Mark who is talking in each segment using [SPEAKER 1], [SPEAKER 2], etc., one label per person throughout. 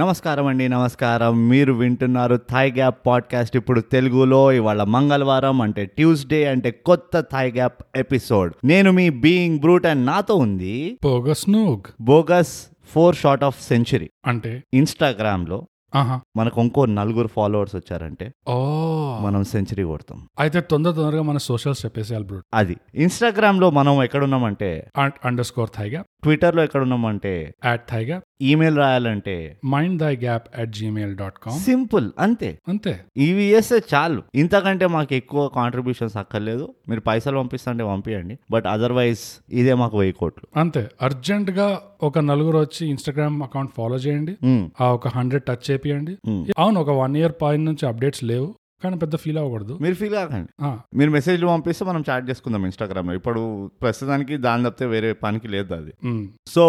[SPEAKER 1] నమస్కారం అండి నమస్కారం మీరు వింటున్నారు థాయ్ గ్యాప్ పాడ్కాస్ట్ ఇప్పుడు తెలుగులో ఇవాళ మంగళవారం అంటే ట్యూస్డే అంటే కొత్త థాయ్ గ్యాప్ ఎపిసోడ్ నేను మీ బీయింగ్ బ్రూట్ అండ్ నాతో ఉంది
[SPEAKER 2] బోగస్ నోగ్
[SPEAKER 1] bogus four short of century
[SPEAKER 2] అంటే
[SPEAKER 1] ఇన్స్టాగ్రామ్లో
[SPEAKER 2] ఆహా
[SPEAKER 1] మనకు ఇంకో నలుగురు ఫాలోవర్స్ వచ్చారంటే
[SPEAKER 2] ఓ
[SPEAKER 1] మనం సెంచరీ కొడతాం
[SPEAKER 2] అయితే తొందర తొందరగా మన సోషల్స్ చెప్పేసేయాలి బ్రూట్
[SPEAKER 1] అది ఇన్స్టాగ్రామ్లో మనం ఎక్కడున్నామంటే
[SPEAKER 2] అండర్ స్కోర్ థై గ్యాప్
[SPEAKER 1] ట్విట్టర్లో ఎక్కడున్నామంటే
[SPEAKER 2] యాట్ థై గ్యాప్
[SPEAKER 1] ఈమెయిల్ రాయాలంటే
[SPEAKER 2] mind thigh gap at Gmail dot com
[SPEAKER 1] simple అంతే
[SPEAKER 2] అంతే
[SPEAKER 1] ఇవి చేస్తే చాలు ఇంతకంటే మాకు ఎక్కువ కాంట్రిబ్యూషన్స్ అక్కర్లేదు మీరు పైసలు పంపిస్తుంటే పంపించండి బట్ అదర్వైజ్ ఇదే మాకు వెయ్యి కోట్లు
[SPEAKER 2] అంతే అర్జెంట్ గా ఒక నలుగురు వచ్చి ఇన్స్టాగ్రామ్ అకౌంట్ ఫాలో చేయండి
[SPEAKER 1] మ్మ్.
[SPEAKER 2] ఆ ఒక హండ్రెడ్ టచ్ చేపియండి
[SPEAKER 1] మ్మ్.
[SPEAKER 2] అవును ఒక వన్ ఇయర్ పైన నుంచి అప్డేట్స్ లేవు కానీ పెద్ద ఫీల్ అవ్వకూడదు
[SPEAKER 1] మీరు ఫీల్ కాకండి
[SPEAKER 2] ఆ,
[SPEAKER 1] మీరు మెసేజ్లు పంపిస్తే మనం చాట్ చేసుకుందాం ఇన్స్టాగ్రామ్లో ఇప్పుడు ప్రస్తుతానికి దాని తప్పితే వేరే పనికి లేదు అది
[SPEAKER 2] మ్మ్.
[SPEAKER 1] సో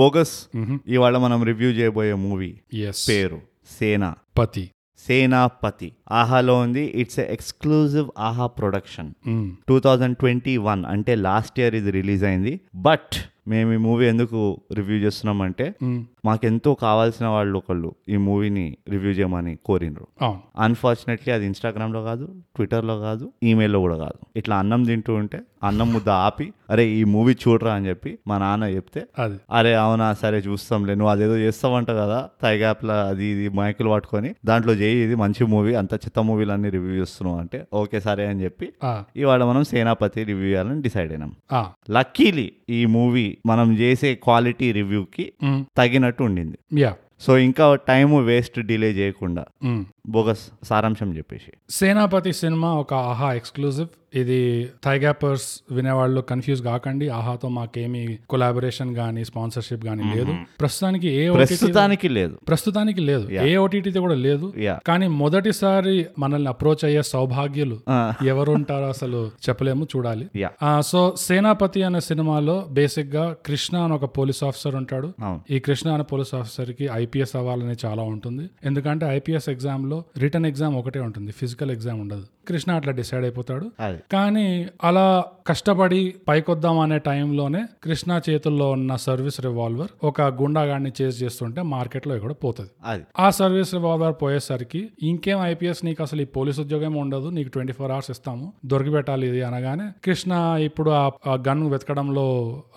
[SPEAKER 1] బోగస్
[SPEAKER 2] మ్మ్.
[SPEAKER 1] ఇవాళ మనం రివ్యూ చేయబోయే మూవీ
[SPEAKER 2] ఎస్
[SPEAKER 1] పేరు సేనా
[SPEAKER 2] పతి
[SPEAKER 1] సేనాపతి ఆహాలో ఉంది ఇట్స్ ఎక్స్క్లూజివ్ ఆహా ప్రొడక్షన్
[SPEAKER 2] మ్మ్.
[SPEAKER 1] టూ థౌజండ్ ట్వంటీ వన్ అంటే లాస్ట్ ఇయర్ ఇది రిలీజ్ అయింది బట్ మేము ఈ మూవీ ఎందుకు రివ్యూ చేస్తున్నామంటే
[SPEAKER 2] మ్మ్.
[SPEAKER 1] మాకెంతో కావాల్సిన వాళ్ళు ఒకళ్ళు ఈ మూవీని రివ్యూ చేయమని కోరినరు
[SPEAKER 2] అవును
[SPEAKER 1] అన్ఫార్చునేట్లీ అది ఇన్స్టాగ్రామ్లో కాదు ట్విట్టర్లో కాదు ఈమెయిల్లో కూడా కాదు ఇట్లా అన్నం తింటూ ఉంటే అన్నం ముద్ద ఆపి అరే ఈ మూవీ చూడరా అని చెప్పి మా నాన్న చెప్తే
[SPEAKER 2] అది
[SPEAKER 1] అరే అవునా సరే చూస్తాంలే నువ్వు అదేదో చేస్తావంట కదా తైగాప్లా అది ఇది మైకులు పట్టుకొని దాంట్లో చేయి ఇది మంచి మూవీ అంత చెత్త మూవీలు అన్ని రివ్యూ చేస్తున్నావు అంటే ఓకే సరే అని చెప్పి
[SPEAKER 2] ఆ,
[SPEAKER 1] ఇవాళ మనం సేనాపతి రివ్యూ చేయాలని డిసైడ్ అయినాం
[SPEAKER 2] ఆ.
[SPEAKER 1] లక్కీలీ ఈ మూవీ మనం చేసే క్వాలిటీ రివ్యూకి
[SPEAKER 2] మ్మ్.
[SPEAKER 1] తగినట్టు ఉండింది
[SPEAKER 2] యా
[SPEAKER 1] సో ఇంకా టైం వేస్ట్ డిలే చేయకుండా
[SPEAKER 2] మ్మ్.
[SPEAKER 1] బోగస్ సారాంశం చెప్పేసి
[SPEAKER 2] సేనాపతి సినిమా ఒక ఆహా ఎక్స్క్లూజివ్ ఇది థైగాపర్స్ వినేవాళ్ళు కన్ఫ్యూజ్ కాకండి ఆహాతో మాకేమీ కొలాబరేషన్ గానీ స్పాన్సర్షిప్ గానీ లేదు ప్రస్తుతానికి ఏ OTT
[SPEAKER 1] ప్రస్తుతానికి లేదు
[SPEAKER 2] ప్రస్తుతానికి లేదు ఏ ఓటీటీతో కూడా లేదు
[SPEAKER 1] Yeah.
[SPEAKER 2] కానీ మొదటిసారి మనల్ని అప్రోచ్ అయ్యే సౌభాగ్యులు
[SPEAKER 1] ఆ,
[SPEAKER 2] ఎవరుంటారో అసలు చెప్పలేము చూడాలి
[SPEAKER 1] Yeah.
[SPEAKER 2] ఆ, సో సేనాపతి అనే సినిమాలో బేసిక్ గా కృష్ణ అని ఒక పోలీస్ ఆఫీసర్ ఉంటాడు
[SPEAKER 1] అవును.
[SPEAKER 2] ఈ కృష్ణ అనే పోలీస్ ఆఫీసర్ కి ఐపీఎస్ అవ్వాలని చాలా ఉంటుంది ఎందుకంటే ఐపీఎస్ ఎగ్జామ్ లో రిటర్న్ ఎగ్జామ్ ఒకటే ఉంటుంది ఫిజికల్ ఎగ్జామ్ ఉండదు కృష్ణ అట్లా డిసైడ్ అయిపోతాడు
[SPEAKER 1] అది
[SPEAKER 2] కానీ అలా కష్టపడి పైకొద్దాం అనే టైంలోనే కృష్ణ చేతుల్లో ఉన్న సర్వీస్ రివాల్వర్ ఒక గుండాగాడిని చేసి చేస్తుంటే మార్కెట్లో ఇక్కడ పోతుంది
[SPEAKER 1] అది
[SPEAKER 2] ఆ సర్వీస్ రివాల్వర్ పోయేసరికి ఇంకేం ఐపీఎస్ నీకు అసలు ఈ పోలీస్ ఉద్యోగం ఉండదు నీకు ట్వంటీ ఫోర్ అవర్స్ ఇస్తాము దొరికిపెట్టాలి ఇది అనగానే కృష్ణ ఇప్పుడు ఆ గన్ వెతకడంలో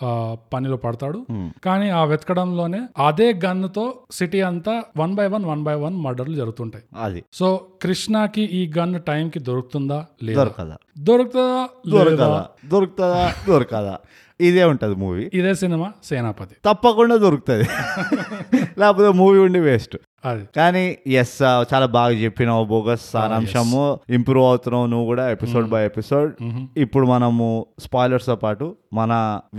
[SPEAKER 2] ఆ, పనిలో పడతాడు కానీ ఆ వెతకడంలోనే అదే గన్ తో సిటీ అంతా one by one one by one మర్డర్లు జరుగుతుంటాయి
[SPEAKER 1] అది
[SPEAKER 2] సో కృష్ణకి ఈ గన్ టైంకి దొరుకుతుందా లేదా
[SPEAKER 1] దొరకదా
[SPEAKER 2] దొరుకుతుందా లేదా?
[SPEAKER 1] దొరకదా దొరుకుతుందా దొరకదా ఇదే ఉంటుంది మూవీ
[SPEAKER 2] ఇదే సినిమా సేనాపతి
[SPEAKER 1] తప్పకుండా దొరుకుతుంది లేకపోతే మూవీ ఉండి వేస్ట్
[SPEAKER 2] అది
[SPEAKER 1] కానీ ఎస్ చాలా బాగా చెప్పినావు బోగస్ సారాంశము ఇంప్రూవ్ అవుతున్నావు నువ్వు కూడా ఎపిసోడ్ బై ఎపిసోడ్ ఇప్పుడు మనము స్పాయిలర్స్ తో పాటు మన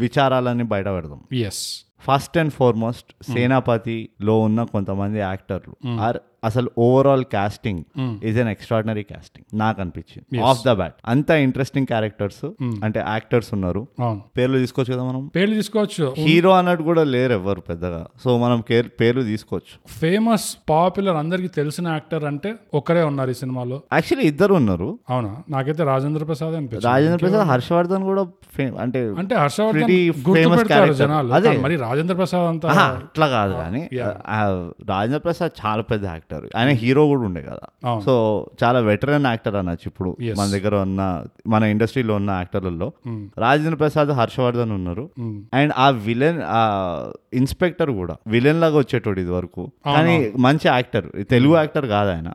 [SPEAKER 1] విచారాలన్నీ బయట పెడదాం
[SPEAKER 2] ఎస్
[SPEAKER 1] ఫస్ట్ అండ్ ఫార్మోస్ట్ సేనాపతిలో ఉన్న కొంతమంది యాక్టర్లు ఆర్ అసలు overall casting is an extraordinary casting నాకు అనిపించింది ఆఫ్ ద బ్యాట్ అంత ఇంట్రెస్టింగ్ క్యారెక్టర్స్ అంటే యాక్టర్స్ ఉన్నారు
[SPEAKER 2] అవును
[SPEAKER 1] పేర్లు తీసుకోవచ్చు కదా మనం
[SPEAKER 2] పేర్లు తీసుకోవచ్చు
[SPEAKER 1] హీరో అన్నట్టు కూడా లేరు ఎవరు పెద్దగా సో మనం కేర్- పేర్లు తీసుకోవచ్చు
[SPEAKER 2] ఫేమస్ పాపులర్ అందరికి తెలిసిన యాక్టర్ అంటే ఒకరే ఉన్నారు ఈ సినిమాలో
[SPEAKER 1] యాక్చువల్లీ ఇద్దరు ఉన్నారు
[SPEAKER 2] అవునా నాకైతే రాజేంద్ర ప్రసాద్ అనిపించింది
[SPEAKER 1] రాజేంద్ర ప్రసాద్ హర్షవర్ధన్ కూడా fam- అంటే
[SPEAKER 2] అంటే హర్షవర్ధన్
[SPEAKER 1] Pretty
[SPEAKER 2] గుర్తు
[SPEAKER 1] famous
[SPEAKER 2] పెడతారు
[SPEAKER 1] character.
[SPEAKER 2] జనాలు
[SPEAKER 1] అదే.
[SPEAKER 2] కానీ మరి రాజేంద్ర ప్రసాద్ అంతా
[SPEAKER 1] ఆహా, అట్లా కాదు కానీ ఆ, రాజేంద్ర ప్రసాద్ చాలా పెద్ద యాక్టర్ ఆయన హీరో కూడా ఉండే కదా
[SPEAKER 2] అవును.
[SPEAKER 1] సో చాలా వెటరన్ యాక్టర్ అనొచ్చు ఇప్పుడు
[SPEAKER 2] Yes. Hmm.
[SPEAKER 1] మన దగ్గర ఉన్న మన ఇండస్ట్రీలో ఉన్న యాక్టర్లలో రాజేంద్ర ప్రసాద్ హర్షవర్ధన్ ఉన్నారు
[SPEAKER 2] మ్మ్.
[SPEAKER 1] అండ్ ఆ విలన్ ఆ ఇన్స్పెక్టర్ కూడా విలన్ లాగా వచ్చేటోడు ఇది వరకు కానీ మంచి యాక్టర్ తెలుగు
[SPEAKER 2] Hmm.
[SPEAKER 1] యాక్టర్ కాదు ఆయన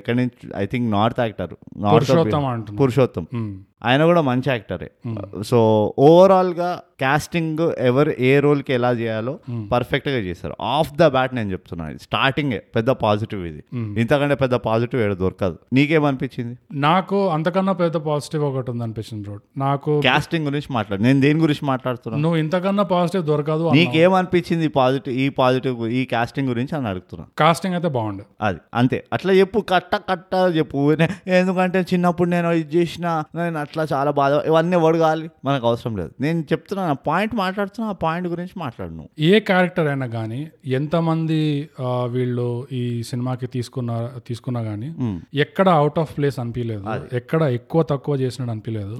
[SPEAKER 1] ఎక్కడి నుంచి I think north actor north
[SPEAKER 2] Purushottama అంటున్నా
[SPEAKER 1] పురుషోత్తం
[SPEAKER 2] ఉమ్.
[SPEAKER 1] ఆయన కూడా మంచి యాక్టరే సో ఓవరాల్ గా కాస్టింగ్ ఎవరు ఏ రోల్ కి ఎలా చేయాలో పర్ఫెక్ట్ గా చేశారు ఆఫ్ ద బ్యాట్ నేను చెప్తున్నాను స్టార్టింగ్ పెద్ద పాజిటివ్ ఇది ఇంతకంటే పెద్ద పాజిటివ్ ఏడు దొరకదు నీకేమనిపించింది
[SPEAKER 2] నాకు అంతకన్నా పెద్ద పాజిటివ్ ఒకటి ఉంది అనిపించింది బ్రో నాకు
[SPEAKER 1] కాస్టింగ్ గురించి మాట్లాడు నేను దేని గురించి మాట్లాడుతున్నాను
[SPEAKER 2] నువ్వు ఇంతకన్నా పాజిటివ్ దొరకదు అన్నావు.
[SPEAKER 1] నీకేమనిపించింది ఈ పాజిటివ్ ఈ పాజిటివ్ ఈ కాస్టింగ్ గురించి అని అడుగుతున్నాను
[SPEAKER 2] కాస్టింగ్ అయితే బాగుండు
[SPEAKER 1] అది అంతే అట్లా చెప్పు కట్ట కట్ట చెప్పు నే- ఎందుకంటే చిన్నప్పుడు నేను ఇది చేసిన నేను అట్లా చాలా బాధ ఇవన్నీ ఎవడు కావాలి మనకు అవసరం లేదు నేను చెప్తున్నా పాయింట్ మాట్లాడుతున్నా ఆ పాయింట్ గురించి మాట్లాడను
[SPEAKER 2] ఏ క్యారెక్టర్ అయినా కానీ ఎంతమంది ఆ, వీళ్ళు ఈ సినిమాకి తీసుకున్న తీసుకున్నా కానీ ఎక్కడ అవుట్ ఆఫ్ ప్లేస్ అనిపించలేదు ఎక్కడ ఎక్కువ తక్కువ చేసినట్టు అనిపించలేదు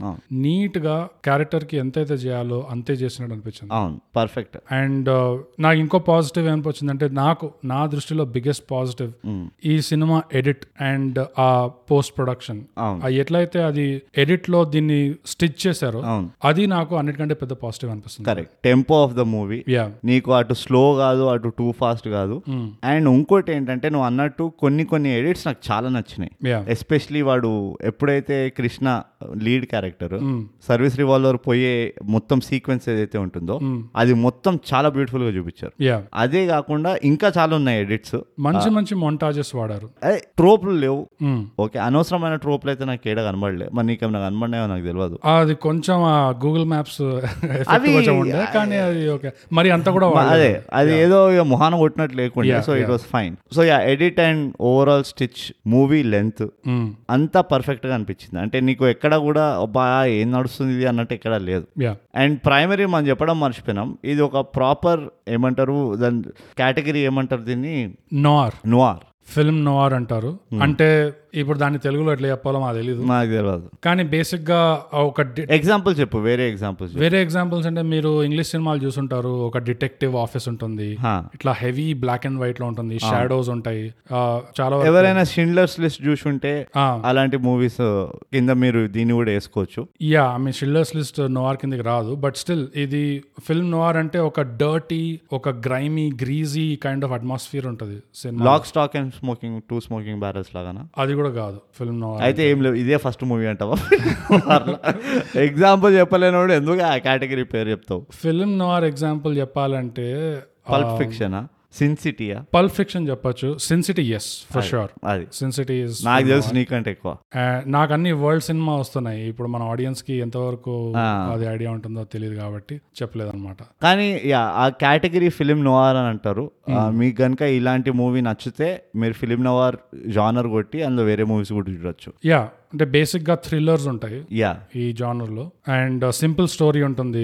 [SPEAKER 2] నీట్ గా క్యారెక్టర్ కి ఎంతైతే చేయాలో అంతే చేసినట్టు అనిపించింది
[SPEAKER 1] అవును పర్ఫెక్ట్
[SPEAKER 2] అండ్ నాకు ఇంకో పాజిటివ్ ఏమనిపించింది అంటే నాకు నా దృష్టిలో బిగ్గెస్ట్ పాజిటివ్ ఈ సినిమా ఎడిట్ అండ్ ఆ పోస్ట్ ప్రొడక్షన్
[SPEAKER 1] అవును.
[SPEAKER 2] ఎట్లయితే అది ఎడిట్ లో దీన్ని స్టిచ్ చేశారో
[SPEAKER 1] అవును.
[SPEAKER 2] అది నాకు అన్నిటికంటే పెద్ద పాజిటివ్ అనిపిస్తుంది
[SPEAKER 1] correct tempo of the movie
[SPEAKER 2] yeah
[SPEAKER 1] నీకు అటు స్లో కాదు అటు టూ ఫాస్ట్ కాదు అండ్ ఇంకోటి ఏంటంటే నువ్వు అన్నట్టు కొన్ని కొన్ని ఎడిట్స్ నాకు చాలా నచ్చినాయి
[SPEAKER 2] యా
[SPEAKER 1] ఎస్పెషలీ వాడు ఎప్పుడైతే Krishna lead character service revolver పోయే మొత్తం సీక్వెన్స్ ఏదైతే ఉంటుందో అది మొత్తం చాలా బ్యూటిఫుల్ గా చూపించారు
[SPEAKER 2] యా
[SPEAKER 1] అదే కాకుండా ఇంకా చాలా ఉన్నాయి ఎడిట్స్
[SPEAKER 2] మంచి మంచి మొంటాజెస్ వాడారు
[SPEAKER 1] అదే ట్రోప్లు లేవు
[SPEAKER 2] మ్మ్.
[SPEAKER 1] ఓకే అనవసరమైన ట్రోప్లు అయితే నాకు ఏడ కనబడలే మరి నీకేమైనా కనబడినాయో నాకు తెలియదు
[SPEAKER 2] అది కొంచెం ఆ గూగుల్ మ్యాప్స్
[SPEAKER 1] అవి-
[SPEAKER 2] కొంచెం ఉండే కానీ అది ఓకే మరి అంత కూడా వాడలేదు.
[SPEAKER 1] అదే అది ఏదో ఇక మొహాన కొట్టినట్టు లేకుండా
[SPEAKER 2] Yeah,
[SPEAKER 1] so it was fine so yeah edit and overall stitch movie length
[SPEAKER 2] మ్మ్.
[SPEAKER 1] అంతా పర్ఫెక్ట్గా అనిపించింది అంటే నీకు ఎక్కడ కూడా అబ్బా ఏం నడుస్తుంది ఇది అన్నట్టు ఎక్కడ లేదు
[SPEAKER 2] యా
[SPEAKER 1] అండ్ ప్రైమరీ మనం చెప్పడం మర్చిపోయినాం ఇది ఒక ప్రాపర్ ఏమంటారు దాని కేటగిరీ ఏమంటారు దీన్ని
[SPEAKER 2] నోర్
[SPEAKER 1] నువార్
[SPEAKER 2] ఫిల్మ్ నోర్ అంటారు
[SPEAKER 1] Hmm.
[SPEAKER 2] అంటే ఇప్పుడు దాన్ని తెలుగులో ఎట్లా చెప్పాలో మాకు తెలియదు
[SPEAKER 1] నాకు తెలియదు
[SPEAKER 2] కానీ బేసిక్ గా ఆ ఒక డి-
[SPEAKER 1] ఎగ్జాంపుల్ చెప్పు వేరే ఎగ్జాంపుల్ చెప్పు
[SPEAKER 2] వేరే ఎగ్జాంపుల్స్ అంటే మీరు ఇంగ్లీష్ సినిమాలు చూసుంటారు ఒక డిటెక్టివ్ ఆఫీస్ ఉంటుంది
[SPEAKER 1] హా.
[SPEAKER 2] ఇట్లా హెవీ బ్లాక్ అండ్ వైట్ లో ఉంటుంది షాడోస్ ఉంటాయి ఆ, చాలా వరకు-
[SPEAKER 1] ఎవరైనా షిండ్లర్స్ లిస్ట్ చూసుంటే
[SPEAKER 2] ఆ,
[SPEAKER 1] అలాంటి మూవీస్ కింద మీరు దీన్ని కూడా వేసుకోవచ్చు
[SPEAKER 2] yeah I mean thrillers list noir కిందకి రాదు బట్ స్టిల్ ఇది ఫిల్మ్ నోవార్ అంటే ఒక డర్టీ ఒక grimy greasy kind of atmosphere ఉంటుంది cinema
[SPEAKER 1] lock stock and smoking two smoking barrels లాగానా
[SPEAKER 2] అది కూడా కాదు ఫిల్మ్ నోవార్
[SPEAKER 1] అయితే ఏం లేవు ఇదే ఫస్ట్ మూవీ అంటావా ఎగ్జాంపుల్ చెప్పలేనోడు ఎందుకు ఆ కేటగిరీ పేరు చెప్తావు
[SPEAKER 2] ఫిల్మ్ నోవార్ ఎగ్జాంపుల్ చెప్పాలంటే
[SPEAKER 1] పల్ప్ ఫిక్షనా సిన్సిటీయా
[SPEAKER 2] పల్ప్ ఫిక్షన్ చెప్పొచ్చు సిన్సిటీ ఎస్ ఫర్ షూర్
[SPEAKER 1] అది
[SPEAKER 2] సిన్సిటీ ఇస్
[SPEAKER 1] నాకు తెలుసు నీకంటే ఎక్కువ
[SPEAKER 2] నాకు అన్ని వరల్డ్ సినిమా వస్తున్నాయి ఇప్పుడు మన ఆడియన్స్ కి ఎంతవరకు అది ఐడియా ఉంటుందో తెలియదు కాబట్టి చెప్పలేదు అనమాట
[SPEAKER 1] కానీ యా ఆ కేటగిరీ ఫిలిం నోవార్ అని అంటారు ఆ, మీకు గనుక ఇలాంటి మూవీ నచ్చితే మీరు ఫిలిం నోవార్ జానర్ కొట్టి అందులో వేరే మూవీస్ కూడా చూడొచ్చు
[SPEAKER 2] యా అంటే బేసిక్ గా థ్రిల్లర్స్ ఉంటాయి
[SPEAKER 1] యా
[SPEAKER 2] ఈ జానర్ లో అండ్ సింపుల్ స్టోరీ ఉంటుంది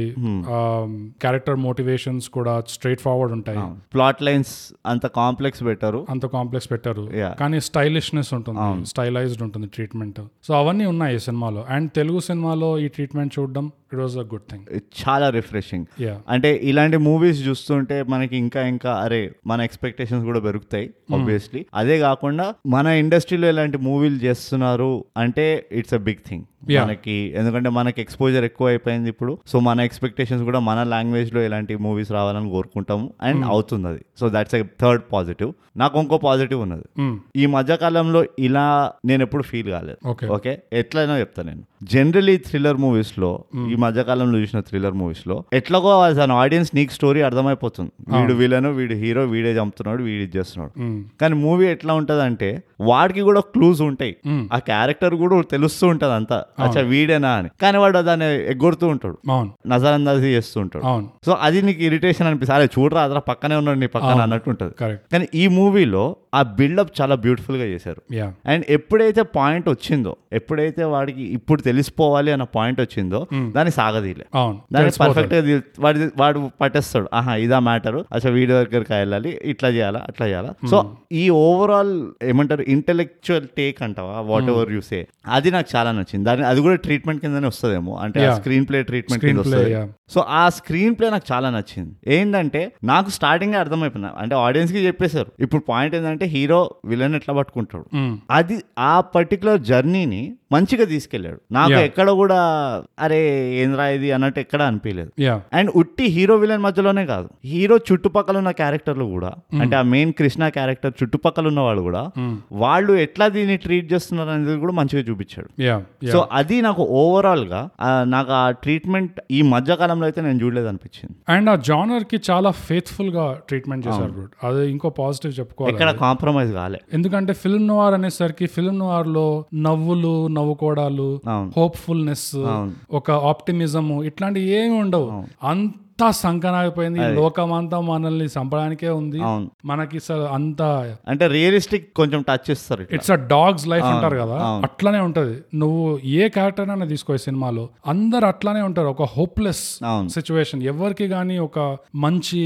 [SPEAKER 2] క్యారెక్టర్ మోటివేషన్స్ కూడా స్ట్రైట్ ఫార్వర్డ్ ఉంటాయి
[SPEAKER 1] ప్లాట్ లైన్స్ అంత కాంప్లెక్స్ పెట్టారు
[SPEAKER 2] అంత కాంప్లెక్స్ పెట్టారు
[SPEAKER 1] Yeah.
[SPEAKER 2] కానీ స్టైలిష్నెస్ ఉంటుంది స్టైలైజ్డ్ ఉంటుంది ట్రీట్మెంట్ సో అవన్నీ ఉన్నాయి ఈ సినిమాలో అండ్ తెలుగు సినిమాలో ఈ ట్రీట్మెంట్ చూడడం it was a good thing
[SPEAKER 1] చాలా రిఫ్రెషింగ్
[SPEAKER 2] యా
[SPEAKER 1] అంటే ఇలాంటి మూవీస్ చూస్తుంటే మనకి ఇంకా ఇంకా అరే మన ఎక్స్పెక్టేషన్స్ కూడా పెరుగుతాయి ఆబ్వియస్లీ అదే కాకుండా మన ఇండస్ట్రీలో ఇలాంటి మూవీలు చేస్తున్నారు అంటే it's a big thing
[SPEAKER 2] Yeah.
[SPEAKER 1] మనకి ఎందుకంటే మనకి ఎక్స్పోజర్ ఎక్కువ అయిపోయింది ఇప్పుడు సో మన ఎక్స్పెక్టేషన్స్ కూడా మన లాంగ్వేజ్ లో ఇలాంటి మూవీస్ రావాలని కోరుకుంటాము అండ్ అవుతుంది అది so that's a third positive నాకు ఇంకో పాజిటివ్ ఉన్నది
[SPEAKER 2] Hmm.
[SPEAKER 1] ఈ మధ్య కాలంలో ఇలా నేను ఎప్పుడు ఫీల్ కాలేదు
[SPEAKER 2] ఓకే
[SPEAKER 1] ఓకే ఎట్లయినా చెప్తా నేను జనరలీ థ్రిల్లర్ మూవీస్ లో ఈ మధ్య కాలంలో చూసిన థ్రిల్లర్ మూవీస్ లో ఎట్లాగో తన ఆడియన్స్ నీకు స్టోరీ అర్థమైపోతుంది వీడు వీళ్ళను వీడు హీరో వీడే చంపుతున్నాడు వీడి ఇది చేస్తున్నాడు కానీ మూవీ ఎట్లా ఉంటది అంటే వాడికి కూడా క్లూజ్ ఉంటాయి ఆ క్యారెక్టర్ కూడా తెలుస్తూ ఉంటది అంతా అచ్చా వీడేనా అని కానీ వాడు దాన్ని ఎగ్గొడుతూ ఉంటాడు
[SPEAKER 2] అవును
[SPEAKER 1] నజరందాజీ చేస్తూ ఉంటాడు
[SPEAKER 2] అవును
[SPEAKER 1] సో అది నీకు ఇరిటేషన్ అనిపిస్తుంది అరే చూడరా అదరా పక్కనే ఉన్నాడు నీ పక్కన అన్నట్టు ఉంటుంది
[SPEAKER 2] కరెక్ట్
[SPEAKER 1] కానీ ఈ మూవీలో ఆ బిల్డప్ చాలా బ్యూటిఫుల్ గా చేశారు
[SPEAKER 2] యా
[SPEAKER 1] అండ్ ఎప్పుడైతే పాయింట్ వచ్చిందో ఎప్పుడైతే వాడికి ఇప్పుడు తెలిసిపోవాలి అన్న పాయింట్ వచ్చిందో దాన్ని సాగదీలే
[SPEAKER 2] అవును
[SPEAKER 1] దాన్ని పర్ఫెక్ట్ గా తీ- వాడి వాడు పట్టేస్తాడు ఆహా ఇదా మ్యాటర్ అసలు వీడియో దగ్గరికి వెళ్ళాలి ఇట్లా చేయాలా అట్లా చేయాలా సో ఈ ఓవరాల్ ఏమంటారు ఇంటెలెక్చువల్ టేక్ అంటావా వాట్ ఎవర్ యూ సే అది నాకు చాలా నచ్చింది దాని అది కూడా ట్రీట్మెంట్ కిందనే వస్తుందేమో అంటే
[SPEAKER 2] Yeah.
[SPEAKER 1] స్క్రీన్ ప్లే ట్రీట్మెంట్ కింద
[SPEAKER 2] స్క్రీన్ ప్లే
[SPEAKER 1] వస్తుంది
[SPEAKER 2] యా
[SPEAKER 1] సో ఆ స్క్రీన్ ప్లే నాకు చాలా నచ్చింది ఏంటంటే నాకు స్టార్టింగ్ అర్థమైపోయినా అంటే ఆడియన్స్ కి చెప్పేశారు ఇప్పుడు పాయింట్ ఏంటంటే హీరో విలన్ ఎట్లా పట్టుకుంటాడు
[SPEAKER 2] Hmm.
[SPEAKER 1] అది ఆ పర్టికులర్ జర్నీని మంచిగా తీసుకెళ్ళాడు నాకు
[SPEAKER 2] Yeah.
[SPEAKER 1] ఎక్కడ కూడా అరే ఏంద్రా ఇది అన్నట్టు ఎక్కడ అనిపించలేదు
[SPEAKER 2] యా
[SPEAKER 1] అండ్ ఉట్టి హీరో విలన్ మధ్యలోనే కాదు హీరో చుట్టుపక్కల ఉన్న క్యారెక్టర్లు కూడా అంటే ఆ మెయిన్ కృష్ణ క్యారెక్టర్ చుట్టుపక్కల ఉన్న వాళ్ళు కూడా వాళ్ళు ఎట్లా దీన్ని ట్రీట్ చేస్తున్నారు అనేది కూడా మంచిగా చూపించాడు
[SPEAKER 2] యా యా
[SPEAKER 1] సో అది నాకు ఓవరాల్ గా ఆ, నాకు ఆ ట్రీట్మెంట్ ఈ మధ్య కాలంలో అయితే నేను చూడలేదు అనిపించింది
[SPEAKER 2] అండ్ ఆ జానర్ కి చాలా ఫేత్ఫుల్ గా ట్రీట్మెంట్ చేశారు bro. అది ఇంకో పాజిటివ్ చెప్పుకోవాలి
[SPEAKER 1] ఎక్కడ కాంప్రమైజ్ కాలే
[SPEAKER 2] ఎందుకంటే ఫిల్మ్ నోవార్ అనేసరికి ఫిల్మ్ నోవార్ లో నవ్వులు నవ్వుకోవడాలు
[SPEAKER 1] అవును.
[SPEAKER 2] హోప్ఫుల్నెస్ ఒక ఆప్టిమిజం ఇట్లాంటివి ఏమి ఉండవు అంత అంతా సంకనాగిపోయింది ఈ లోకం అంతా మనల్ని చంపడానికే ఉంది
[SPEAKER 1] అవును
[SPEAKER 2] మనకి అసలు అంత
[SPEAKER 1] అంటే రియలిస్టిక్ కొంచెం టచ్ ఇస్తారు ఇట్లా
[SPEAKER 2] ఇట్స్ అ డాగ్స్ లైఫ్ అంటారు కదా
[SPEAKER 1] అవును.
[SPEAKER 2] అట్లానే ఉంటది నువ్వు ఏ క్యారెక్టర్ అయినా తీసుకో ఈ సినిమాలో అందరు అట్లానే ఉంటారు ఒక హోప్లెస్
[SPEAKER 1] అవును
[SPEAKER 2] సిచ్యువేషన్ ఎవరికి కానీ ఒక మంచి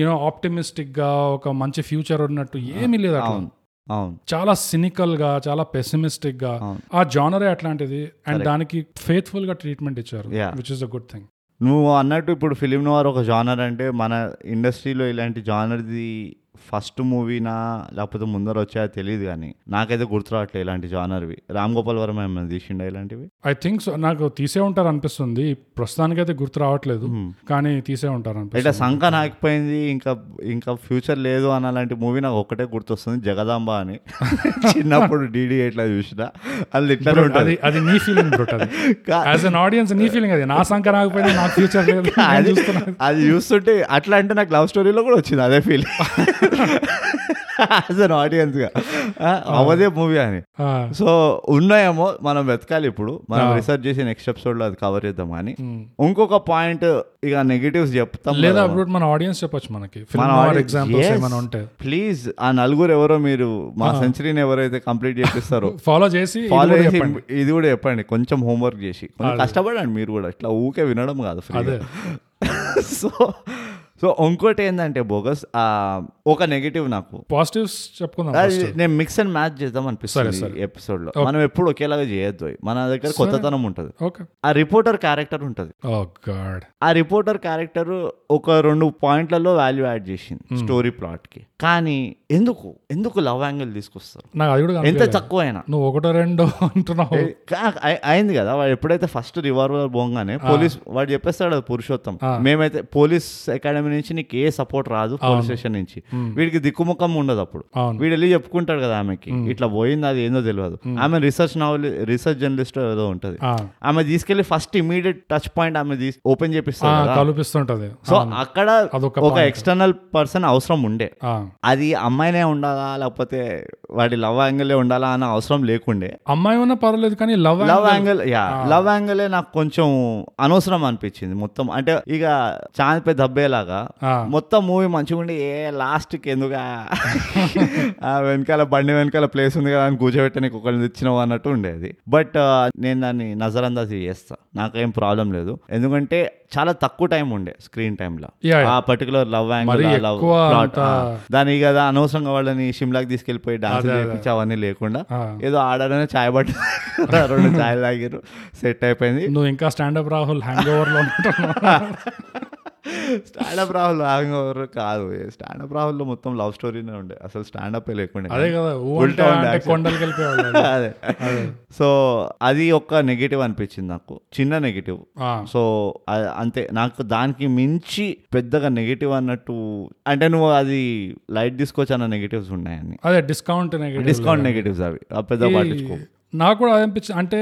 [SPEAKER 2] యూనో ఆప్టిమిస్టిక్ గా ఒక మంచి ఫ్యూచర్ ఉన్నట్టు ఏమీ లేదు అట్లా
[SPEAKER 1] అవును అవును
[SPEAKER 2] చాలా సినికల్ గా చాలా పెసిమిస్టిక్ గా
[SPEAKER 1] అవును.
[SPEAKER 2] ఆ జానరే అట్లాంటిది అండ్ దానికి ఫేత్ఫుల్ గా ట్రీట్మెంట్ ఇచ్చారు
[SPEAKER 1] Yeah.
[SPEAKER 2] Which is a good thing
[SPEAKER 1] నువ్వు అన్నట్టు ఇప్పుడు ఫిలిం నోవార్ ఒక జానర్ అంటే మన ఇండస్ట్రీలో ఇలాంటి జానర్ది ఫస్ట్ మూవీనా లేకపోతే ముందర వచ్చా తెలియదు కానీ నాకైతే గుర్తు రావట్లేదు ఇలాంటి జానర్వి రామ్ గోపాల్ వర్మ ఏమైనా తీసిండా ఇలాంటివి
[SPEAKER 2] ఐ థింక్ నాకు తీసే ఉంటారు అనిపిస్తుంది ప్రస్తుతానికి అయితే గుర్తు రావట్లేదు
[SPEAKER 1] Hmm.
[SPEAKER 2] కానీ తీసే ఉంటారు
[SPEAKER 1] ఇట్లా
[SPEAKER 2] అనిపిస్తుంది
[SPEAKER 1] సంక నాకిపోయింది ఇంకా ఇంకా ఫ్యూచర్ లేదు అన్న అలాంటి మూవీ నాకు ఒకటే గుర్తొస్తుంది జగదాంబ అని చిన్నప్పుడు డీడీ ఎట్లా చూసిన అది ఇట్లా
[SPEAKER 2] అది
[SPEAKER 1] ఉంటుంది
[SPEAKER 2] అది నీ ఫీలింగ్ బ్రో అది
[SPEAKER 1] కా-
[SPEAKER 2] యాజ్ అన్ ఆడియన్స్ నీ ఫీలింగ్ అది నా సంఖ్య రాకపోయినా నా ఫ్యూచర్ లేదు నేను
[SPEAKER 1] అది
[SPEAKER 2] చూస్తున్నా.
[SPEAKER 1] అది చూస్తుంటే అట్లా అంటే నాకు లవ్ స్టోరీలో కూడా వచ్చింది అదే ఫీల్ యాజ్ అన్ ఆడియన్స్గా అవదే మూవీ అని
[SPEAKER 2] ఆ,
[SPEAKER 1] సో ఉన్నాయేమో మనం వెతకాలి ఇప్పుడు మనం
[SPEAKER 2] ఆ.
[SPEAKER 1] రీసెర్చ్ చేసి నెక్స్ట్ ఎపిసోడ్లో అది కవర్ చేద్దాం అని ఇంకొక పాయింట్ ఇక నెగిటివ్స్ చెప్తాం
[SPEAKER 2] లేదా అప్పుడు మన ఆడియన్స్ చెప్పొచ్చు మనకి ఫిల్మ్ ఎగ్జాంపుల్స్ ఏమైనా ఉంటే
[SPEAKER 1] ప్లీజ్ ఆ నలుగురు ఎవరో మీరు మా సెంచరీని ఎవరైతే కంప్లీట్ చేపిస్తారో
[SPEAKER 2] ఫాలో చేసి ఇది
[SPEAKER 1] ఫాలో
[SPEAKER 2] కూడా
[SPEAKER 1] చేసి
[SPEAKER 2] చెప్పండి.
[SPEAKER 1] ఇది కూడా చెప్పండి కొంచెం హోంవర్క్ చేసి కొంచెం కష్టపడండి మీరు కూడా ఇట్లా ఊకే వినడం కాదు
[SPEAKER 2] అదే
[SPEAKER 1] ఫ్రీగా సో సో ఇంకోటి ఏంటంటే బోగస్ ఒక నెగిటివ్ నాకు
[SPEAKER 2] పాజిటివ్స్ చెప్పుకుందాం
[SPEAKER 1] అది
[SPEAKER 2] first.
[SPEAKER 1] నేను మిక్స్ అండ్ మ్యాచ్ చేద్దాం
[SPEAKER 2] సరే,
[SPEAKER 1] అనిపిస్తుంది
[SPEAKER 2] సరే.
[SPEAKER 1] ఎపిసోడ్ లో మనం ఎప్పుడు ఒకేలాగా చేయొద్దు అవి. మన దగ్గర కొత్తతనం ఉంటుంది
[SPEAKER 2] ఓకే
[SPEAKER 1] ఆ రిపోర్టర్ క్యారెక్టర్ ఉంటుంది
[SPEAKER 2] ఓ గాడ్
[SPEAKER 1] ఆ రిపోర్టర్ క్యారెక్టర్ ఒక రెండు పాయింట్లలో వాల్యూ యాడ్ చేసింది స్టోరీ ప్లాట్ కి కానీ ఎందుకు ఎందుకు లవ్ యాంగిల్ తీసుకొస్తారు
[SPEAKER 2] నాకు అది కూడా
[SPEAKER 1] ఎంత
[SPEAKER 2] కనిపించలేదు.
[SPEAKER 1] తక్కువైనా
[SPEAKER 2] నువ్వు ఒకటో రెండో అంటున్నావు
[SPEAKER 1] కా- అయి- అయింది కదా వాడు ఎప్పుడైతే ఫస్ట్ రివాల్వర్ బొంగానే పోలీస్ వాడు చెప్పేస్తాడు అది పురుషోత్తం మేమైతే పోలీస్ అకాడమీ నుంచి నీకు ఏ సపోర్ట్ రాదు పోలీస్ స్టేషన్ నుంచి వీడికి దిక్కుముఖం ఉండదు అప్పుడు
[SPEAKER 2] అవును
[SPEAKER 1] వీడు వెళ్ళి చెప్పుకుంటాడు కదా ఆమెకి ఇట్లా పోయింది అది ఏందో తెలియదు ఆమె రీసెర్చ్ నావల్ రీసెర్చ్ జర్నలిస్ట్ ఏదో ఉంటది
[SPEAKER 2] ఆ,
[SPEAKER 1] ఆమె తీసుకెళ్లి ఫస్ట్ ఇమీడియట్ టచ్ పాయింట్ ఆమె ఓపెన్
[SPEAKER 2] ఆ,
[SPEAKER 1] చేపిస్తాడు కదా
[SPEAKER 2] కలుపిస్తుంటది
[SPEAKER 1] సో అక్కడ
[SPEAKER 2] అదొక
[SPEAKER 1] ఒక ఎక్స్టర్నల్ పర్సన్ అవసరం ఉండే
[SPEAKER 2] ఆ,
[SPEAKER 1] అది అమ్మాయినే ఉండాలా లేకపోతే వాడి లవ్ యాంగిలే ఉండాలా అన్న అవసరం లేకుండే
[SPEAKER 2] అమ్మాయి ఉన్నా పర్వాలేదు కానీ love
[SPEAKER 1] love angle yeah love యాంగిలే నాకు కొంచెం అనవసరం అనిపించింది మొత్తం అంటే ఇక చాంద్ పే దబ్బేలాగా
[SPEAKER 2] ఆ.
[SPEAKER 1] మొత్తం మూవీ మంచిగా ఉండి ఏ లాస్ట్కి ఎందుకు ఆ ఆ వెనకాల బండి వెనకాల ప్లేస్ ఉంది కదా అని కూర్చోబెట్టడానికి ఒకరిని తెచ్చినావు అన్నట్టు ఉండేది బట్ నేను దాన్ని నజరందాజ్ చేస్తా నాకేం ప్రాబ్లం లేదు ఎందుకంటే చాలా తక్కువ టైం ఉండే స్క్రీన్ టైంలో
[SPEAKER 2] Yeah, yeah.
[SPEAKER 1] ఆ పర్టికులర్ లవ్ యాంగిల్
[SPEAKER 2] మరీ
[SPEAKER 1] లవ్
[SPEAKER 2] ఎక్కువ
[SPEAKER 1] ప్లాట్
[SPEAKER 2] అంత-
[SPEAKER 1] దాని కదా అనవసరంగా వాళ్ళని షిమ్లాకి తీసుకెళ్ళిపోయి డాన్స్ చేయించి అవన్నీ లేకుండా
[SPEAKER 2] ఆ.
[SPEAKER 1] ఏదో ఆడాడనే చాయ్ బట్ట రెండు చాయ్ తాగిరు సెట్ అయిపోయింది
[SPEAKER 2] నువ్వు ఇంకా స్టాండప్ రాహుల్ హ్యాంగ్ ఓవర్ లో ఉంటున్నావు.
[SPEAKER 1] స్టాండప్ రాహుల్ ఆగవరు కాదు స్టాండప్ రాహుల్లో మొత్తం లవ్ స్టోరీనే ఉండే అసలు స్టాండప్ లేకుండా
[SPEAKER 2] అదే కదా ఊ అంటే
[SPEAKER 1] ఉల్టా
[SPEAKER 2] ఆ
[SPEAKER 1] ఉండే
[SPEAKER 2] అంటే
[SPEAKER 1] action.
[SPEAKER 2] కొండలకి వెళ్ళిపోయాడు
[SPEAKER 1] అదే సో అది ఒక నెగిటివ్ అనిపించింది నాకు చిన్న నెగిటివ్
[SPEAKER 2] ఆ,
[SPEAKER 1] సో అ- అంతే నాకు దానికి మించి పెద్దగా నెగిటివ్ అన్నట్టు అంటే నువ్వు అది లైట్ తీసుకొచ్చి అన్న నెగిటివ్స్ ఉన్నాయని
[SPEAKER 2] అదే డిస్కౌంట్ నెగటివ్
[SPEAKER 1] డిస్కౌంట్ నెగిటివ్స్ అవి ఆ పెద్ద పట్టించుకో
[SPEAKER 2] నాకు కూడా అనిపించింది అంటే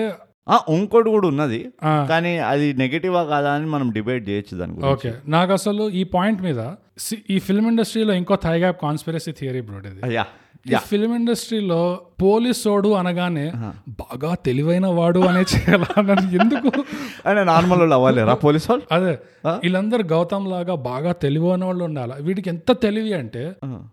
[SPEAKER 1] ఆ, ఇంకోటి కూడా ఉన్నది
[SPEAKER 2] ఆ,
[SPEAKER 1] కానీ అది నెగిటివా కాదా అని మనం డిబేట్ చేయొచ్చు దాని గురించి
[SPEAKER 2] ఓకే నాకు అసలు ఈ పాయింట్ మీద సి- ఈ ఫిల్మ్ ఇండస్ట్రీలో ఇంకో థైగా కాన్స్పిరసీ థియరీ బ్రోడ్ ఇది
[SPEAKER 1] యా
[SPEAKER 2] ఈ ఫిల్మ్ ఇండస్ట్రీలో పోలీసోడు అనగానే బాగా తెలివైన వాడు అనే చేయాలని ఎందుకు
[SPEAKER 1] అంటే నార్మల్ వాళ్ళు అవ్వలేరా పోలీస్ వాళ్ళు
[SPEAKER 2] అదే వీళ్ళందరూ గౌతమ్ లాగా బాగా తెలివైన వాళ్ళు ఉండాలి వీడికి ఎంత తెలివి అంటే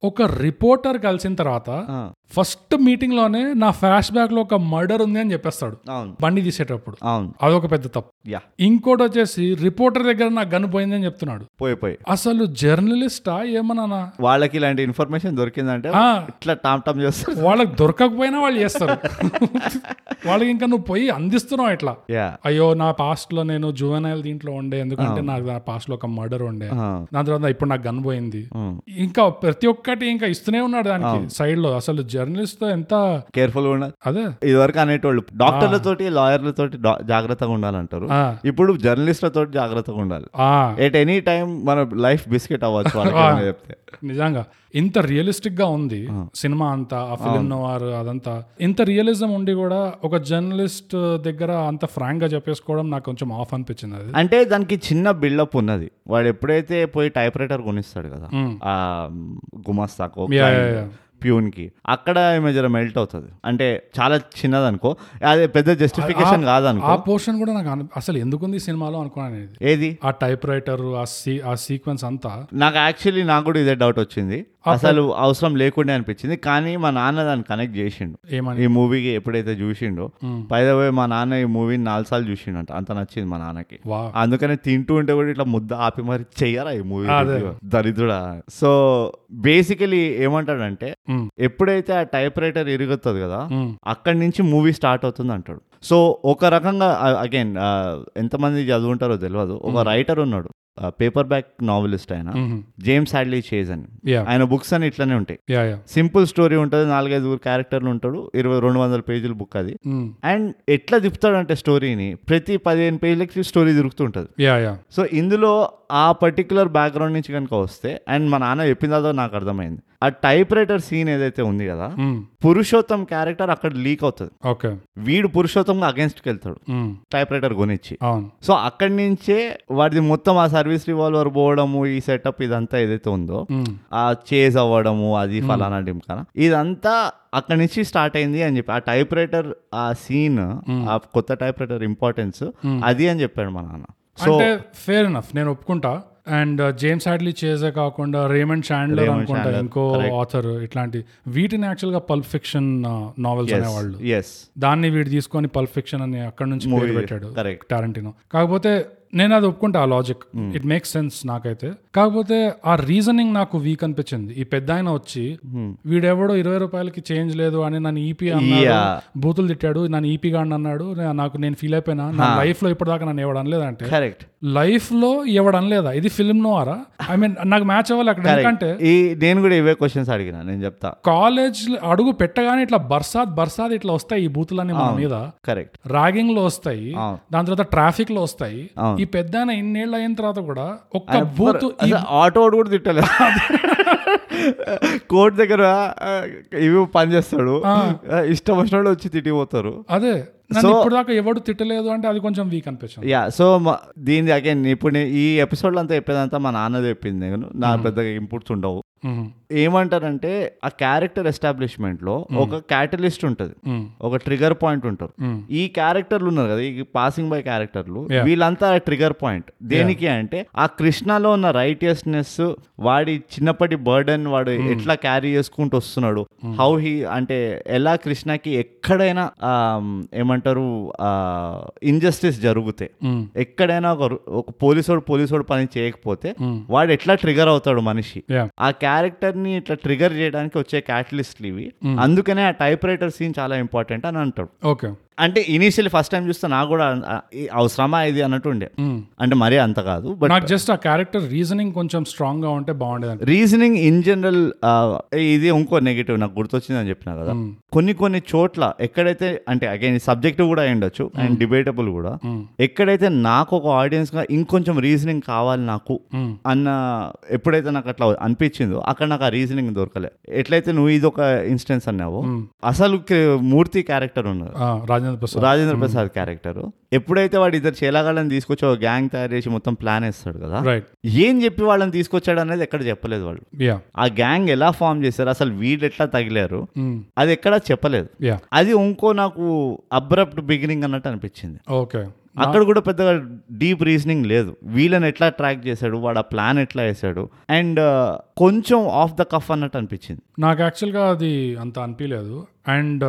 [SPEAKER 2] ఒక రిపోర్టర్ కలిసిన తర్వాత
[SPEAKER 1] ఆ.
[SPEAKER 2] ఫస్ట్ మీటింగ్ లోనే నా ఫ్లాష్ బ్యాక్ లో ఒక మర్డర్ ఉంది అని చెప్పేస్తాడు
[SPEAKER 1] అవును
[SPEAKER 2] బండి తీసేటప్పుడు
[SPEAKER 1] అవును
[SPEAKER 2] అదొక పెద్ద తప్పు
[SPEAKER 1] యా
[SPEAKER 2] ఇంకోటి వచ్చేసి రిపోర్టర్ దగ్గర నాకు గన్ పోయిందని చెప్తున్నాడు
[SPEAKER 1] పోయి పోయి
[SPEAKER 2] అసలు జర్నలిస్టా ఏమన్నా
[SPEAKER 1] వాళ్ళకి ఇలాంటి ఇన్ఫర్మేషన్ దొరికిందంటే
[SPEAKER 2] ఆ,
[SPEAKER 1] ఇట్లా టామ్ టామ్ చేస్తారు
[SPEAKER 2] వాళ్ళకి దొరకకపోయినా వాళ్ళు చేస్తారు వాళ్ళకి ఇంకా నువ్వు పోయి అందిస్తున్నావు ఇట్లా
[SPEAKER 1] యా
[SPEAKER 2] అయ్యో నా పాస్ట్ లో నేను జువెనైల్ దీంట్లో ఉండే ఎందుకంటే నాకు నా పాస్ట్ లో ఒక మర్డర్ ఉండే దాని తర్వాత ఇప్పుడు నాకు గన్ పోయింది ఇంకా ప్రతి ఒక్కటి ఇంకా ఇస్తూనే ఉన్నాడు దానికి సైడ్ లో అసలు జర్నలిస్ట్ తో ఎంత
[SPEAKER 1] కేర్ఫుల్ గా ఉండాలి
[SPEAKER 2] అదే
[SPEAKER 1] ఇదివరకు అనేటోళ్ళు డాక్టర్లతోటి లాయర్లతోటి డా- జాగ్రత్తగా ఉండాలంటారు
[SPEAKER 2] ఆ,
[SPEAKER 1] ఇప్పుడు జర్నలిస్టులతోటి జాగ్రత్తగా ఉండాలి
[SPEAKER 2] ఆ,
[SPEAKER 1] ఎట్ ఎనీ టైం మన లైఫ్ బిస్కెట్ అవ్వచ్చు వాళ్ళకి ఏమైనా చెప్తే
[SPEAKER 2] నిజంగా ఇంత రియలిస్టిక్ గా ఉంది సినిమా అంతా ఆ ఫిలిం వారు అదంతా ఇంత రియలిజం ఉండి కూడా ఒక జర్నలిస్ట్ దగ్గర అంత ఫ్రాంక్ గా చెప్పేసుకోవడం నాకు కొంచెం ఆఫ్ అనిపించింది అది
[SPEAKER 1] అంటే దానికి చిన్న బిల్డప్ ఉన్నది వాడు ఎప్పుడైతే పోయి టైప్ రైటర్ కొనిస్తాడు కదా
[SPEAKER 2] Mm.
[SPEAKER 1] ఆ గుమాస్తాకో
[SPEAKER 2] Yeah, yeah, yeah.
[SPEAKER 1] ప్యూన్ కి అక్కడ ఆమె జర మెల్ట్ అవుతుంది అంటే చాలా చిన్నది అనుకో అది పెద్ద జస్టిఫికేషన్ కాదనుకో
[SPEAKER 2] ఆ పోర్షన్ కూడా నాకు అను- అసలు ఎందుకుంది ఈ సినిమాలో అనుకున్నాను నేను ఇది.
[SPEAKER 1] ఏది
[SPEAKER 2] ఆ టైప్ రైటర్ ఆ సీ ఆ సీక్వెన్స్ అంతా
[SPEAKER 1] నాకు యాక్చువల్లీ నాకు కూడా ఇదే డౌట్ వచ్చింది అసలు అవసరం లేకుండా అనిపించింది కానీ మా నాన్న దాన్ని కనెక్ట్ చేసిండు
[SPEAKER 2] ఏమని
[SPEAKER 1] ఈ మూవీకి ఎప్పుడైతే చూసిండో పైద మా నాన్న ఈ మూవీని నాలుగు సార్లు చూసిండంట అంత నచ్చింది మా నాన్నకి
[SPEAKER 2] వా
[SPEAKER 1] అందుకనే తింటూ ఉంటే కూడా ఇట్లా ముద్ద ఆపి మరి చెయ్యరా ఈ మూవీ
[SPEAKER 2] అదే.
[SPEAKER 1] దరిద్రుడా సో బేసికలీ ఏమంటాడంటే
[SPEAKER 2] మ్మ్.
[SPEAKER 1] ఎప్పుడైతే ఆ టైప్ రైటర్ ఇరుగుతుంది కదా
[SPEAKER 2] మ్మ్.
[SPEAKER 1] అక్కడి నుంచి మూవీ స్టార్ట్ అవుతుంది అంటాడు సో ఒక రకంగా అగైన్ ఎంతమంది చదువుంటారో తెలియదు ఒక రైటర్ ఉన్నాడు పేపర్ బ్యాక్ నావలిస్ట్ ఆయన
[SPEAKER 2] మ్మ్.
[SPEAKER 1] జేమ్స్ హ్యాడ్లీ చేజ్ అని
[SPEAKER 2] యా
[SPEAKER 1] ఆయన బుక్స్ అని ఇట్లానే ఉంటాయి
[SPEAKER 2] యా యా
[SPEAKER 1] సింపుల్ స్టోరీ ఉంటుంది నాలుగైదు క్యారెక్టర్లు ఉంటాడు ఇరవై రెండు వందల పేజీల బుక్ అది
[SPEAKER 2] మ్మ్.
[SPEAKER 1] అండ్ ఎట్లా తిప్పుతాడంటే స్టోరీని ప్రతి పదిహేను పేజీలకి స్టోరీ తిరుగుతుంటుంది
[SPEAKER 2] యా యా
[SPEAKER 1] సో ఇందులో ఆ పర్టికులర్ బ్యాక్గ్రౌండ్ నుంచి కనుక వస్తే అండ్ మా నాన్న చెప్పిందో నాకు అర్థమైంది ఆ టైప్ రైటర్ సీన్ ఏదైతే ఉంది కదా
[SPEAKER 2] మ్మ్.
[SPEAKER 1] పురుషోత్తం క్యారెక్టర్ అక్కడ లీక్ అవుతుంది
[SPEAKER 2] ఓకే
[SPEAKER 1] వీడు పురుషోత్తం అగేన్స్ట్కి వెళ్తాడు
[SPEAKER 2] మ్మ్.
[SPEAKER 1] టైప్ రైటర్ కొనిచ్చి
[SPEAKER 2] Mm, అవును
[SPEAKER 1] సో అక్కడి నుంచే వాడిది మొత్తం ఆ సర్వీస్ రివాల్వర్ పోవడము ఈ సెటప్ ఇదంతా ఏదైతే ఉందో
[SPEAKER 2] మ్మ్.
[SPEAKER 1] ఆ చేజ్ అవ్వడము అది ఫలానా డింకాన ఇదంతా అక్కడి నుంచి స్టార్ట్ అయింది అని చెప్పి ఆ టైప్ రైటర్ ఆ సీన్ ఆ కొత్త టైప్ రైటర్ ఇంపార్టెన్స్ అది అని చెప్పాడు మా నాన్న సో
[SPEAKER 2] అంటే ఫేర్ ఎనఫ్ నేను ఒప్పుకుంటా అండ్ జేమ్స్ హ్యాడ్లీ చేసే కాకుండా రేమండ్ షాండ్లర్ అనుకుంటా ఇంకో ఆథర్ ఇట్లాంటి వీటిని యాక్చువల్ గా పల్ప్ ఫిక్షన్ నావెల్స్ అనేవాళ్ళు
[SPEAKER 1] ఎస్
[SPEAKER 2] దాన్ని వీడు తీసుకొని పల్ప్ ఫిక్షన్ అని అక్కడ నుంచి పేరు పెట్టాడు
[SPEAKER 1] correct.
[SPEAKER 2] టారెంటినో కాకపోతే నేను అది ఒప్పుకుంటా ఆ లాజిక్ ఇట్ మేక్స్ సెన్స్ నాకైతే కాకపోతే ఆ రీజనింగ్ నాకు వీక్ అనిపించింది ఈ పెద్ద ఆయన వచ్చి వీడెవడో ఇరవై రూపాయలకి చేంజ్ లేదు అని నన్ను E ఈపీ అన్నాడు
[SPEAKER 1] Yeah.
[SPEAKER 2] బూతులు తిట్టాడు నన్ను ఈపీ గాడిని అన్నాడు నా- నాకు నేను ఫీల్ అయిపోయినా నా లైఫ్ లో ఇప్పటిదాకా నన్ను ఎవడం లేదంటే
[SPEAKER 1] కరెక్ట్
[SPEAKER 2] లైఫ్ లో ఇవ్వడనలేదా ఇది ఫిల్మ్ నోరా ఐ మీన్ నాకు మ్యాచ్ అవ్వాలి అక్కడ ఎందుకంటే
[SPEAKER 1] ఈ నేను కూడా ఇవే క్వశ్చన్స్ అడిగిన నేను చెప్తా
[SPEAKER 2] కాలేజ్ అడుగు పెట్టగానే ఇట్లా బర్సాద్ బర్సాద్ ఇట్లా వస్తాయి ఈ బూతులన్నీ మన మీద
[SPEAKER 1] కరెక్ట్
[SPEAKER 2] ర్యాగింగ్ లో వస్తాయి
[SPEAKER 1] అవును.
[SPEAKER 2] దాని తర్వాత ట్రాఫిక్ లో వస్తాయి
[SPEAKER 1] అవును.
[SPEAKER 2] ఈ పెద్ద ఆయన ఇన్నేళ్ళు అయిన తర్వాత కూడా ఒక్క బూత్ ఈ-
[SPEAKER 1] ఆటో వాడు కూడా తిట్టలేదు కోర్ట్ దగ్గర ఆ, ఇవి పని చేస్తాడు ఆ, ఇష్టం వచ్చిన వాళ్ళు వచ్చి తిట్టిపోతారు
[SPEAKER 2] అదే నన్ను ఇప్పుడు దాకా ఎవడు తిట్టలేదు అంటే అది కొంచెం వీక్ అనిపించింది
[SPEAKER 1] యా సో దీని అగైన్ ఇప్పుడు నేను ఈ ఎపిసోడ్ అంతా చెప్పేదంతా మా నాన్న చెప్పింది నేను నా పెద్దగా ఇంపుట్స్ ఉండవు
[SPEAKER 2] మ్మ్.
[SPEAKER 1] ఏమంటారంటే ఆ క్యారెక్టర్ ఎస్టాబ్లిష్మెంట్ లో ఒక క్యాటలిస్ట్ ఉంటది
[SPEAKER 2] మ్మ్.
[SPEAKER 1] ఒక ట్రిగర్ పాయింట్ ఉంటారు
[SPEAKER 2] మ్మ్.
[SPEAKER 1] ఈ క్యారెక్టర్లు ఉన్నారు కదా ఈ పాసింగ్ బై క్యారెక్టర్లు వీళ్ళంతా ట్రిగర్ పాయింట్ దేనికి అంటే ఆ కృష్ణలో ఉన్న రైటియస్నెస్ వాడి చిన్నప్పటి బర్డెన్ వాడు ఎట్లా క్యారీ చేసుకుంటూ వస్తున్నాడు హౌ హీ అంటే ఎలా కృష్ణకి ఎక్కడైనా ఆమ్, ఏమంటారు ఇంజస్టిస్ జరిగితే
[SPEAKER 2] మ్మ్.
[SPEAKER 1] ఎక్కడైనా ఒక రు- ఒక పోలీసోడు పోలీసోడు పని చేయకపోతే వాడు ఎట్లా ట్రిగర్ అవుతాడు మనిషి
[SPEAKER 2] యా
[SPEAKER 1] ఆ క్యారెక్టర్ ని ఇట్లా ట్రిగర్ చేయడానికి వచ్చే క్యాటలిస్ట్లు ఇవి అందుకనే ఆ టైప్ రైటర్ సీన్ చాలా ఇంపార్టెంట్ అని అంటాడు
[SPEAKER 2] ఓకే
[SPEAKER 1] అంటే ఇనీషియల్ ఫస్ట్ టైం చూస్తే నాకు కూడా అన్- ఆ- ఈ అవసరమా ఇది అన్నట్టు ఉండే అంటే మరీ అంత కాదు బట్
[SPEAKER 2] నాకు జస్ట్ ఆ క్యారెక్టర్ రీజనింగ్ కొంచెం స్ట్రాంగ్ గా ఉంటే బాగుండేది
[SPEAKER 1] రీజనింగ్ ఇన్ జనరల్ ఇది ఇంకో నెగిటివ్ నాకు గుర్తొచ్చింది అని చెప్పిన కదా కొన్ని కొన్ని చోట్ల ఎక్కడైతే అంటే అగైన్ సబ్జెక్టివ్ కూడా అయి ఉండొచ్చు అండ్ డిబేటబుల్ కూడా ఎక్కడైతే నాకు ఒక audience గా ఇంకొంచెం రీజనింగ్ కావాలి నాకు
[SPEAKER 2] మ్మ్.
[SPEAKER 1] అన్న ఎప్పుడైతే నాకు అట్లా అనిపించిందో అక్కడ నాకు ఆ రీజనింగ్ దొరకలే ఎట్లయితే నువ్వు ఇది ఒక ఇన్స్టెన్స్ అన్నావో అసలు క్రి- మూర్తి క్యారెక్టర్ ఉన్నది
[SPEAKER 2] ఆ, రాజేంద్ర ప్రసాద్
[SPEAKER 1] రాజేంద్ర ప్రసాద్ క్యారెక్టర్ ఎప్పుడైతే వాడు ఇద్దరు చేలగాళ్ళని తీసుకొచ్చి ఒక గ్యాంగ్ తయారు చేసి మొత్తం ప్లాన్ వేస్తాడు కదా
[SPEAKER 2] రైట్
[SPEAKER 1] ఏం చెప్పి వాళ్ళని తీసుకొచ్చాడు అనేది ఎక్కడ చెప్పలేదు వాళ్ళు
[SPEAKER 2] యా
[SPEAKER 1] ఆ గ్యాంగ్ ఎలా ఫామ్ చేశారు అసలు వీళ్ళు ఎట్లా తగిలారు
[SPEAKER 2] Hmm.
[SPEAKER 1] అది ఎక్కడా చెప్పలేదు
[SPEAKER 2] యా
[SPEAKER 1] అది ఇంకో నాకు అబ్రప్ట్ బిగినింగ్ అన్నట్టు అనిపించింది
[SPEAKER 2] ఓకే
[SPEAKER 1] అక్కడ కూడా పెద్దగా డీప్ రీజనింగ్ లేదు వీళ్ళని ఎట్లా ట్రాక్ చేశాడు వాడు ఆ ప్లాన్ ఎట్లా వేసాడు అండ్ కొంచెం ఆఫ్ ద కఫ్ అన్నట్టు అనిపించింది
[SPEAKER 2] నాకు యాక్చువల్గా అది అంత అనిపించలేదు అండ్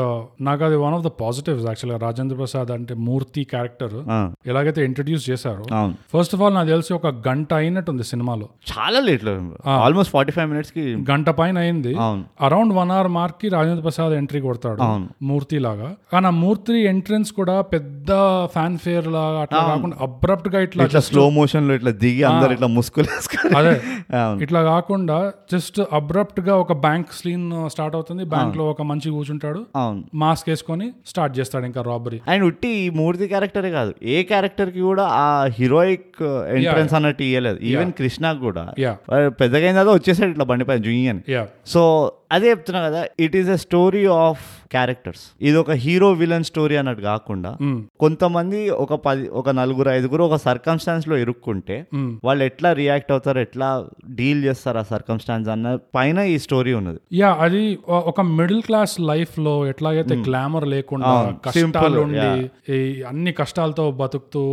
[SPEAKER 2] నాకు అది వన్ ఆఫ్ ద పాజిటివ్స్ యాక్చువల్గా రాజేంద్ర ప్రసాద్ అంటే మూర్తి క్యారెక్టర్
[SPEAKER 1] ఆ,
[SPEAKER 2] ఎలాగైతే ఇంట్రడ్యూస్ చేశారు
[SPEAKER 1] అవును
[SPEAKER 2] ఫస్ట్ ఆఫ్ ఆల్ నాకు తెలిసి ఒక గంట అయినట్టుంది సినిమాలో
[SPEAKER 1] చాలా late almost forty five minutes కి
[SPEAKER 2] గంట పైన అయింది
[SPEAKER 1] అవును
[SPEAKER 2] అరౌండ్ వన్ అవర్ మార్క్ కి రాజేంద్ర ప్రసాద్ ఎంట్రీ కొడతాడు
[SPEAKER 1] Ah. అవును.
[SPEAKER 2] మూర్తి లాగా కానీ ఆ మూర్తి ఎంట్రన్స్ కూడా పెద్ద ఫ్యాన్ ఫేర్ లాగా అట్లా కాకుండా అబ్రప్ట్ గా ఇట్లా
[SPEAKER 1] ఇట్లా స్లో మోషన్ లో ఇట్లా దిగి అందరు ఇట్లా ముసుగులు వేసుకొని-
[SPEAKER 2] అదే
[SPEAKER 1] అవును
[SPEAKER 2] ఇట్లా కాకుండా జస్ట్ అబ్రప్ట్ గా ఒక బ్యాంక్ స్లీన్ స్టార్ట్ అవుతుంది బ్యాంక్ లో ఒక మంచి కూర్చుంటాడు
[SPEAKER 1] అవును
[SPEAKER 2] మాస్క్ వేసుకొని స్టార్ట్ చేస్తాడు ఇంకా రాబరీ
[SPEAKER 1] అండ్ ఉట్టి ఈ మూర్తి క్యారెక్టరే కాదు ఏ క్యారెక్టర్ కి కూడా ఆ హీరోయిక్ ఎంట్రన్స్ అన్నట్టు ఇయ్యలేదు ఈవెన్ కృష్ణ కూడా
[SPEAKER 2] యా
[SPEAKER 1] వాడు పెద్దగా అయిందో వచ్చేసాడు ఇట్లా బండిపై జూయి అని
[SPEAKER 2] యా
[SPEAKER 1] సో అదే చెప్తున్నా కదా it is a story of characters ఇది ఒక హీరో విలన్ స్టోరీ అన్నట్టు కాకుండా
[SPEAKER 2] mm,
[SPEAKER 1] కొంతమంది ఒక పది ఒక నలుగురు ఐదుగురు ఒక సర్కమ్స్టాన్స్ లో ఇరుక్కుంటే
[SPEAKER 2] mm.
[SPEAKER 1] వాళ్ళు ఎట్లా రియాక్ట్ అవుతారు ఎట్లా డీల్ చేస్తారు ఆ సర్కమ్స్టాన్స్ అన్న పైన ఈ స్టోరీ ఉన్నది
[SPEAKER 2] యా అది ఒ- ఒక మిడిల్ క్లాస్ లైఫ్ లో ఎట్లాగైతే గ్లామర్ లేకుండా
[SPEAKER 1] Mm. అవును,
[SPEAKER 2] కష్టాలు
[SPEAKER 1] simple,
[SPEAKER 2] ఉండి ఈ అన్ని కష్టాలతో బతుకుతూ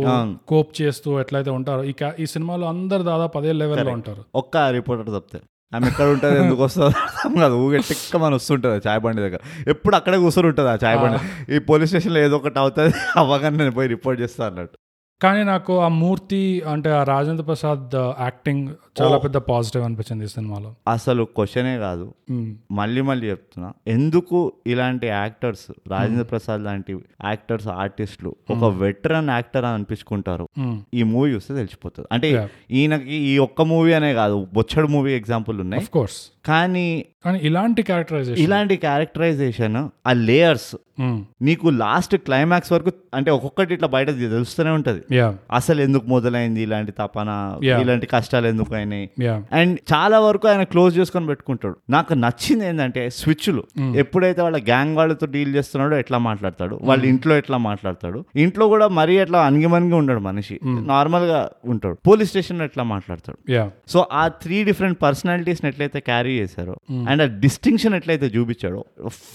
[SPEAKER 2] కోప్ చేస్తూ ఎట్లయితే ఉంటారో ఈ కా- ఈ సినిమాలో అందరు దాదాపు అదే లెవెల్ లో ఉంటారు
[SPEAKER 1] ఒక్క రిపోర్టర్ తప్పితే ఆమె ఎక్కడ ఉంటుంది ఎందుకు వస్తుంది అర్థం కాదు ఊగే టిక్క మనం వస్తుంటుంది ఆ చాయ్ బండి దగ్గర ఎప్పుడు అక్కడే కూర్చొని ఉంటుంది ఆ చాయ్ బండి ఈ పోలీస్ స్టేషన్లో ఏదో ఒకటి అవుతుంది అవ్వగానే నేను పోయి రిపోర్ట్ చేస్తా అన్నట్టు
[SPEAKER 2] కానీ నాకు ఆ మూర్తి అంటే ఆ రాజేంద్ర ప్రసాద్ యాక్టింగ్ చాలా
[SPEAKER 1] Oh.
[SPEAKER 2] పెద్ద పాజిటివ్ అనిపించింది ఈ సినిమాలో Mm,
[SPEAKER 1] అసలు క్వశ్చనే కాదు
[SPEAKER 2] ఉమ్.
[SPEAKER 1] మళ్ళీ మళ్ళీ చెప్తున్నా ఎందుకు ఇలాంటి యాక్టర్స్ రాజేంద్ర ప్రసాద్ లాంటి యాక్టర్స్ ఆర్టిస్టులు ఒక వెటరన్ యాక్టర్ అని అనిపించుకుంటారు
[SPEAKER 2] ఉమ్.
[SPEAKER 1] ఈ మూవీ చూస్తే తెలిసిపోతుంది అంటే
[SPEAKER 2] Yeah.
[SPEAKER 1] ఈయనకి ఈ ఒక్క మూవీ అనే కాదు బొచ్చడు మూవీ ఎగ్జాంపుల్ ఉన్నాయి
[SPEAKER 2] ఆఫ్ కోర్స్
[SPEAKER 1] కానీ
[SPEAKER 2] కానీ ఇలాంటి క్యారెక్టరైజేషన్
[SPEAKER 1] ఇలాంటి క్యారెక్టరైజేషన్ ఆ లేయర్స్
[SPEAKER 2] Hmm.
[SPEAKER 1] నీకు లాస్ట్ క్లైమాక్స్ వరకు అంటే ఒక్కొక్కటి ఇట్లా బయట తెలుస్తూనే ఉంటుంది
[SPEAKER 2] యా
[SPEAKER 1] అసలు ఎందుకు మొదలైంది ఇలాంటి తపన
[SPEAKER 2] Yeah.
[SPEAKER 1] ఇలాంటి కష్టాలు ఎందుకు అయినాయి
[SPEAKER 2] యా
[SPEAKER 1] అండ్ చాలా వరకు ఆయన క్లోజ్ చేసుకొని పెట్టుకుంటాడు నాకు నచ్చింది ఏంటంటే స్విచ్లు ఎప్పుడైతే వాళ్ళ గ్యాంగ్ వాళ్ళతో డీల్ చేస్తున్నాడో ఎట్లా మాట్లాడతాడు వాళ్ళ ఇంట్లో ఎట్లా మాట్లాడతాడు ఇంట్లో కూడా మరీ ఎట్లా అణిగిమణిగి ఉండడు మనిషి నార్మల్ గా ఉంటాడు పోలీస్ స్టేషన్ ఎట్లా మాట్లాడతాడు
[SPEAKER 2] యా
[SPEAKER 1] సో ఆ త్రీ డిఫరెంట్ పర్సనాలిటీస్ని ఎట్లయితే క్యారీ చేశారో అండ్ ఆ డిస్టింక్షన్ ఎట్లయితే చూపించాడో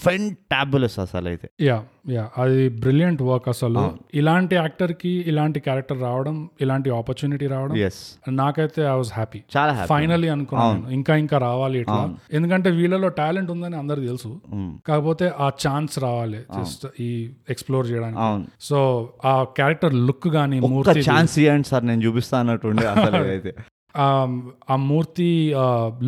[SPEAKER 1] ఫెన్ టాబులస్ అసలు అయితే
[SPEAKER 2] యా యా అది బ్రిలియంట్ వర్క్ అసలు ఇలాంటి యాక్టర్ కి ఇలాంటి క్యారెక్టర్ రావడం ఇలాంటి ఆపర్చునిటీ రావడం
[SPEAKER 1] ఎస్
[SPEAKER 2] నాకైతే ఐ వాజ్ హ్యాపీ
[SPEAKER 1] చాలా హ్యాపీ
[SPEAKER 2] ఫైనల్లీ అనుకున్నాను ఇంకా ఇంకా రావాలి ఇట్లా ఎందుకంటే వీళ్ళలో టాలెంట్ ఉందని అందరు తెలుసు
[SPEAKER 1] Hmm.
[SPEAKER 2] కాకపోతే ఆ ఛాన్స్ రావాలి జస్ట్ ఈ ఎక్స్ప్లోర్ చేయడానికి
[SPEAKER 1] అవును
[SPEAKER 2] సో ఆ క్యారెక్టర్ లుక్ గానీ
[SPEAKER 1] ఒక్క
[SPEAKER 2] మూర్తి
[SPEAKER 1] ఛాన్స్ ఇవ్వండి సార్ నేను చూపిస్తాను అన్నట్టుండే అసలు అయితే
[SPEAKER 2] ఆ- Um, ఆ మూర్తి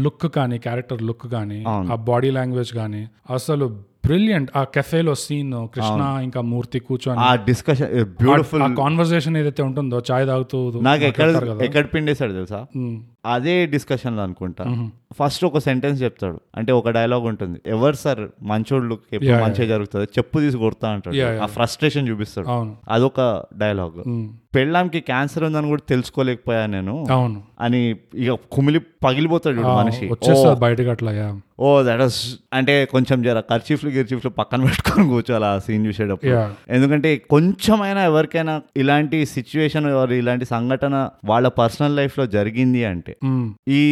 [SPEAKER 2] లుక్ కానీ క్యారెక్టర్ లుక్ కానీ ఆ బాడీ లాంగ్వేజ్ కానీ అసలు బ్రిలియంట్ ఆ కెఫేలో సీన్ కృష్ణ ఇంకా మూర్తి కూర్చొని
[SPEAKER 1] ఆ డిస్కషన్ బ్యూటిఫుల్
[SPEAKER 2] ఆ కాన్వర్సేషన్ ఏదైతే ఉంటుందో చాయ్ తాగుతూ
[SPEAKER 1] నాకు ఎక్కడ
[SPEAKER 2] మాట్లాడతారు కదా
[SPEAKER 1] ఎక్కడ పిండేశాడు తెలుసా
[SPEAKER 2] ఉమ్,
[SPEAKER 1] అదే డిస్కషన్ లో అనుకుంటా
[SPEAKER 2] మ్హూ.
[SPEAKER 1] ఫస్ట్ ఒక సెంటెన్స్ చెప్తాడు అంటే ఒక డైలాగ్ ఉంటుంది ఎవరు సార్ మంచోళ్ళు ఎప్పుడు
[SPEAKER 2] Yeah,
[SPEAKER 1] మంచిగా జరుగుతుంది చెప్పు తీసి కొడతా అంటాడు
[SPEAKER 2] Yeah, yeah.
[SPEAKER 1] ఆ ఫ్రస్ట్రేషన్ చూపిస్తాడు
[SPEAKER 2] అవును
[SPEAKER 1] అదొక డైలాగ్
[SPEAKER 2] ఉమ్,
[SPEAKER 1] పెళ్ళాంకి క్యాన్సర్ ఉందని కూడా తెలుసుకోలేకపోయా నేను
[SPEAKER 2] అవును
[SPEAKER 1] అని ఇక కుమిలి పగిలిపోతాడు చూడు మనిషి
[SPEAKER 2] వచ్చేస్తారు బయటకు అట్లా యా
[SPEAKER 1] ఓ దట్ వాస్ అంటే కొంచెం జర ఖర్చీఫ్లు గిర్చీఫ్లు పక్కన పెట్టుకొని కూర్చోాలి ఆ సీన్ చూసేటప్పుడు
[SPEAKER 2] యా
[SPEAKER 1] ఎందుకంటే కొంచెమైనా ఎవరికైనా ఇలాంటి సిచ్యువేషన్ ఇలాంటి సంఘటన వాళ్ళ పర్సనల్ లైఫ్ లో జరిగింది అంటే
[SPEAKER 2] ఉమ్,
[SPEAKER 1] ఈ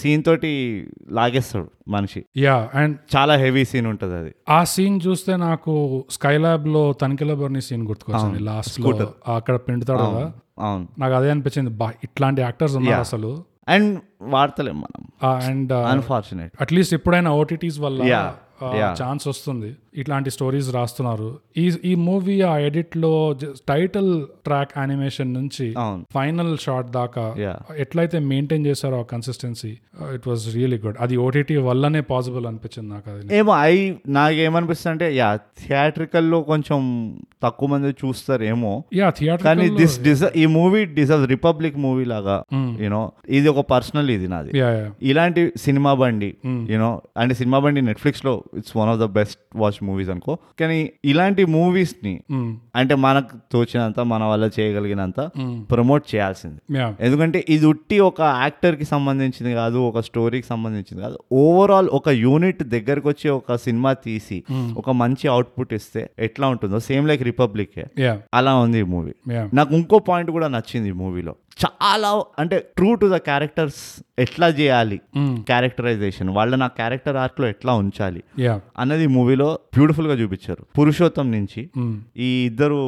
[SPEAKER 1] సీన్ తోటి లాగేస్తాడు మనిషి
[SPEAKER 2] యా అండ్
[SPEAKER 1] చాలా హెవీ సీన్ ఉంటుంది అది
[SPEAKER 2] ఆ సీన్ చూస్తే నాకు స్కై ల్యాబ్ లో తనిఖీల బర్ని సీన్ గుర్తుకొచ్చింది లాస్ట్ లో అక్కడ పిండుతాడు కదా
[SPEAKER 1] అవును
[SPEAKER 2] నాకు అదే అనిపించింది బా ఇట్లాంటి యాక్టర్స్ ఉన్నారు అసలు
[SPEAKER 1] అండ్ వాడతలేం మనం
[SPEAKER 2] అండ్
[SPEAKER 1] అన్ఫార్చునేట్
[SPEAKER 2] అట్లీస్ట్ ఎప్పుడైనా ఓటీటీస్
[SPEAKER 1] Yeah,
[SPEAKER 2] వల్ల
[SPEAKER 1] yeah.
[SPEAKER 2] ఛాన్స్ వస్తుంది ఇట్లాంటి స్టోరీస్ రాస్తున్నారు ఈ ఈ మూవీ ఆ ఎడిట్ లో టైటిల్ ట్రాక్ యానిమేషన్ నుంచి
[SPEAKER 1] అవును
[SPEAKER 2] ఫైనల్ షాట్ దాకా
[SPEAKER 1] యా
[SPEAKER 2] ఎట్లయితే మెయింటైన్ చేశారో ఆ uh, consistency it was really good అది ఓటీటీ వల్లనే పాసిబుల్ అనిపించింది నాకు అది
[SPEAKER 1] ఏమో ఐ నాకేమనిపిస్తుంది అంటే యా థియేట్రికల్లో కొంచెం తక్కువ మంది చూస్తారేమో
[SPEAKER 2] యా
[SPEAKER 1] కానీ
[SPEAKER 2] థియేటర్
[SPEAKER 1] దిస్ డిజర్ ఈ మూవీ డిజర్వ్ రిపబ్లిక్ మూవీ లాగా యూనో ఇది ఒక పర్సనల్ ఇది నాది
[SPEAKER 2] యా యా
[SPEAKER 1] ఇలాంటి సినిమా బండి యూనో అంటే సినిమా బండి నెట్ఫ్లిక్స్ లో it's one of the best watch movies అనుకో కానీ ఇలాంటి మూవీస్ ని
[SPEAKER 2] Mm,
[SPEAKER 1] అంటే మనకు తోచినంత మన వల్ల చేయగలిగినంత ప్రమోట్ చేయాల్సింది
[SPEAKER 2] యా
[SPEAKER 1] ఎందుకంటే ఇది ఉట్టి ఒక యాక్టర్ కి సంబంధించింది కాదు ఒక స్టోరీకి సంబంధించింది కాదు ఓవరాల్ ఒక యూనిట్ దగ్గరకు వచ్చి ఒక సినిమా తీసి ఒక మంచి అవుట్పుట్ ఇస్తే ఎట్లా ఉంటుందో సేమ్ లైక్ రిపబ్లిక్
[SPEAKER 2] యా
[SPEAKER 1] అలా ఉంది ఈ మూవీ
[SPEAKER 2] యా
[SPEAKER 1] నాకు ఇంకో పాయింట్ కూడా నచ్చింది ఈ మూవీలో చాలా అంటే ట్రూ టు ద క్యారెక్టర్స్ ఎట్లా చేయాలి క్యారెక్టరైజేషన్ వాళ్ళని ఆ క్యారెక్టర్ ఆర్క్ లో ఎట్లా ఉంచాలి
[SPEAKER 2] యా
[SPEAKER 1] అన్నది ఈ మూవీలో బ్యూటిఫుల్ గా చూపించారు పురుషోత్తం నుంచి
[SPEAKER 2] మ్.
[SPEAKER 1] ఈ ఇద్దరు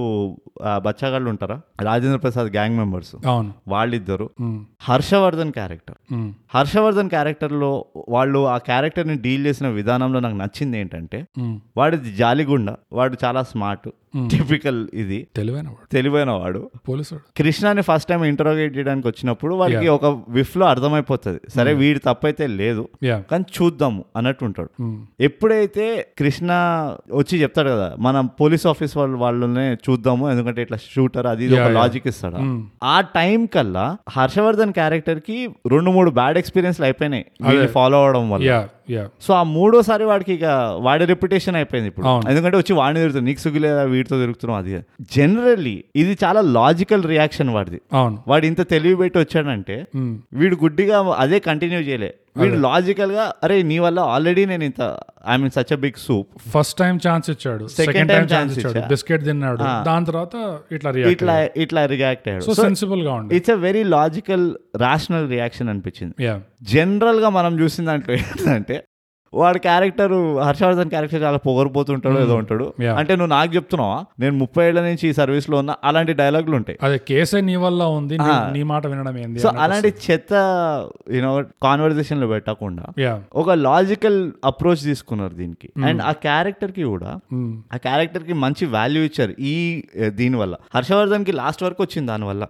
[SPEAKER 1] ఆ, బచ్చాగాళ్ళు ఉంటారా రాజేంద్ర ప్రసాద్ గ్యాంగ్ మెంబర్స్
[SPEAKER 2] అవును Mm,
[SPEAKER 1] వాళ్ళిద్దరు
[SPEAKER 2] మ్,
[SPEAKER 1] హర్షవర్ధన్ క్యారెక్టర్
[SPEAKER 2] మ్,
[SPEAKER 1] హర్షవర్ధన్ క్యారెక్టర్లో వాళ్ళు ఆ క్యారెక్టర్ని డీల్ చేసిన విధానంలో నాకు నచ్చింది ఏంటంటే
[SPEAKER 2] మ్,
[SPEAKER 1] వాడిది జాలిగుండ వాడు చాలా స్మార్ట్ టిపికల్ ఇది
[SPEAKER 2] తెలివైన వాడు
[SPEAKER 1] తెలివైన వాడు
[SPEAKER 2] పోలీసుడు
[SPEAKER 1] కృష్ణాని ఫస్ట్ టైం ఇంటరోగేట్ చేయడానికి వచ్చినప్పుడు వాడికి ఒక విఫ్లో అర్థమైపోతుంది సరే వీడి తప్పైతే లేదు
[SPEAKER 2] యా
[SPEAKER 1] కానీ చూద్దాము అన్నట్టు ఉంటాడు
[SPEAKER 2] మ్,
[SPEAKER 1] ఎప్పుడైతే కృష్ణ వచ్చి చెప్తాడు కదా మనం పోలీస్ ఆఫీస్ వాళ్ళు వాళ్ళనే చూద్దాము ఎందుకంటే ఇట్లా షూటర్ అది ఇది ఒక లాజిక్ ఇస్తాడు ఆ టైం కల్లా హర్షవర్ధన్ క్యారెక్టర్ కి రెండు మూడు బ్యాడ్ ఎక్స్పీరియన్స్లు అయిపోయినాయి వీళ్ళు ఫాలో అవడం వల్ల
[SPEAKER 2] యా యా
[SPEAKER 1] సో ఆ మూడోసారి వాడికి ఇక వాడి రెప్యుటేషన్ అయిపోయింది ఇప్పుడు
[SPEAKER 2] అవును.
[SPEAKER 1] ఎందుకంటే వచ్చి వాడిని తిరుగుతుంది నీకు సుగిలేదా వీడితో తిరుగుతున్నాం అది జనరల్లీ ఇది చాలా లాజికల్ రియాక్షన్ వాడిది
[SPEAKER 2] అవును Mm.
[SPEAKER 1] వాడు ఇంత తెలివి పెట్టి వచ్చాడంటే
[SPEAKER 2] మ్,
[SPEAKER 1] వీడు గుడ్డిగా అదే కంటిన్యూ చేయలే వీడు లాజికల్ గా అరే నీ వల్ల ఆల్రెడీ నేను ఇంత I mean such big soup
[SPEAKER 2] first time chance ఇచ్చాడు సెకండ్ టైం ఛాన్స్ ఇచ్చాడు బిస్కెట్ తిన్నాడు దాని తర్వాత ఇట్లా రియాక్ట్
[SPEAKER 1] ఇట్లా ఇట్లా రియాక్ట్
[SPEAKER 2] సో
[SPEAKER 1] అయ్యాడు
[SPEAKER 2] సెన్సిబుల్ గా ఉండే
[SPEAKER 1] it's a very logical rational reaction అనిపించింది
[SPEAKER 2] యా
[SPEAKER 1] జనరల్గా మనం చూసిన దాంట్లో ఏంటంటే వాడి క్యారెక్టర్ హర్షవర్ధన్ క్యారెక్టర్ చాలా పొగరిపోతుంటాడు ఏదో ఉంటాడు
[SPEAKER 2] Yeah.
[SPEAKER 1] అంటే నువ్వు నాకు చెప్తున్నావా నేను ముప్పై ఏళ్ల నుంచి ఈ సర్వీస్ లో ఉన్నా అలాంటి డైలాగులు ఉంటాయి
[SPEAKER 2] అదే కేసే నీ వల్ల ఉంది నీ-
[SPEAKER 1] Ah.
[SPEAKER 2] నీ మాట వినడం ఏంది
[SPEAKER 1] సో అలాంటి చెత్త యూనో కాన్వర్జేషన్ లో పెట్టకుండా
[SPEAKER 2] యా
[SPEAKER 1] ఒక లాజికల్ అప్రోచ్ తీసుకున్నారు దీనికి అండ్ ఆ క్యారెక్టర్ కి కూడా
[SPEAKER 2] Hmm.
[SPEAKER 1] ఆ క్యారెక్టర్ కి మంచి వాల్యూ ఇచ్చారు ఈ దీని వల్ల హర్షవర్ధన్ కి లాస్ట్ వరకు వచ్చింది దాని వల్ల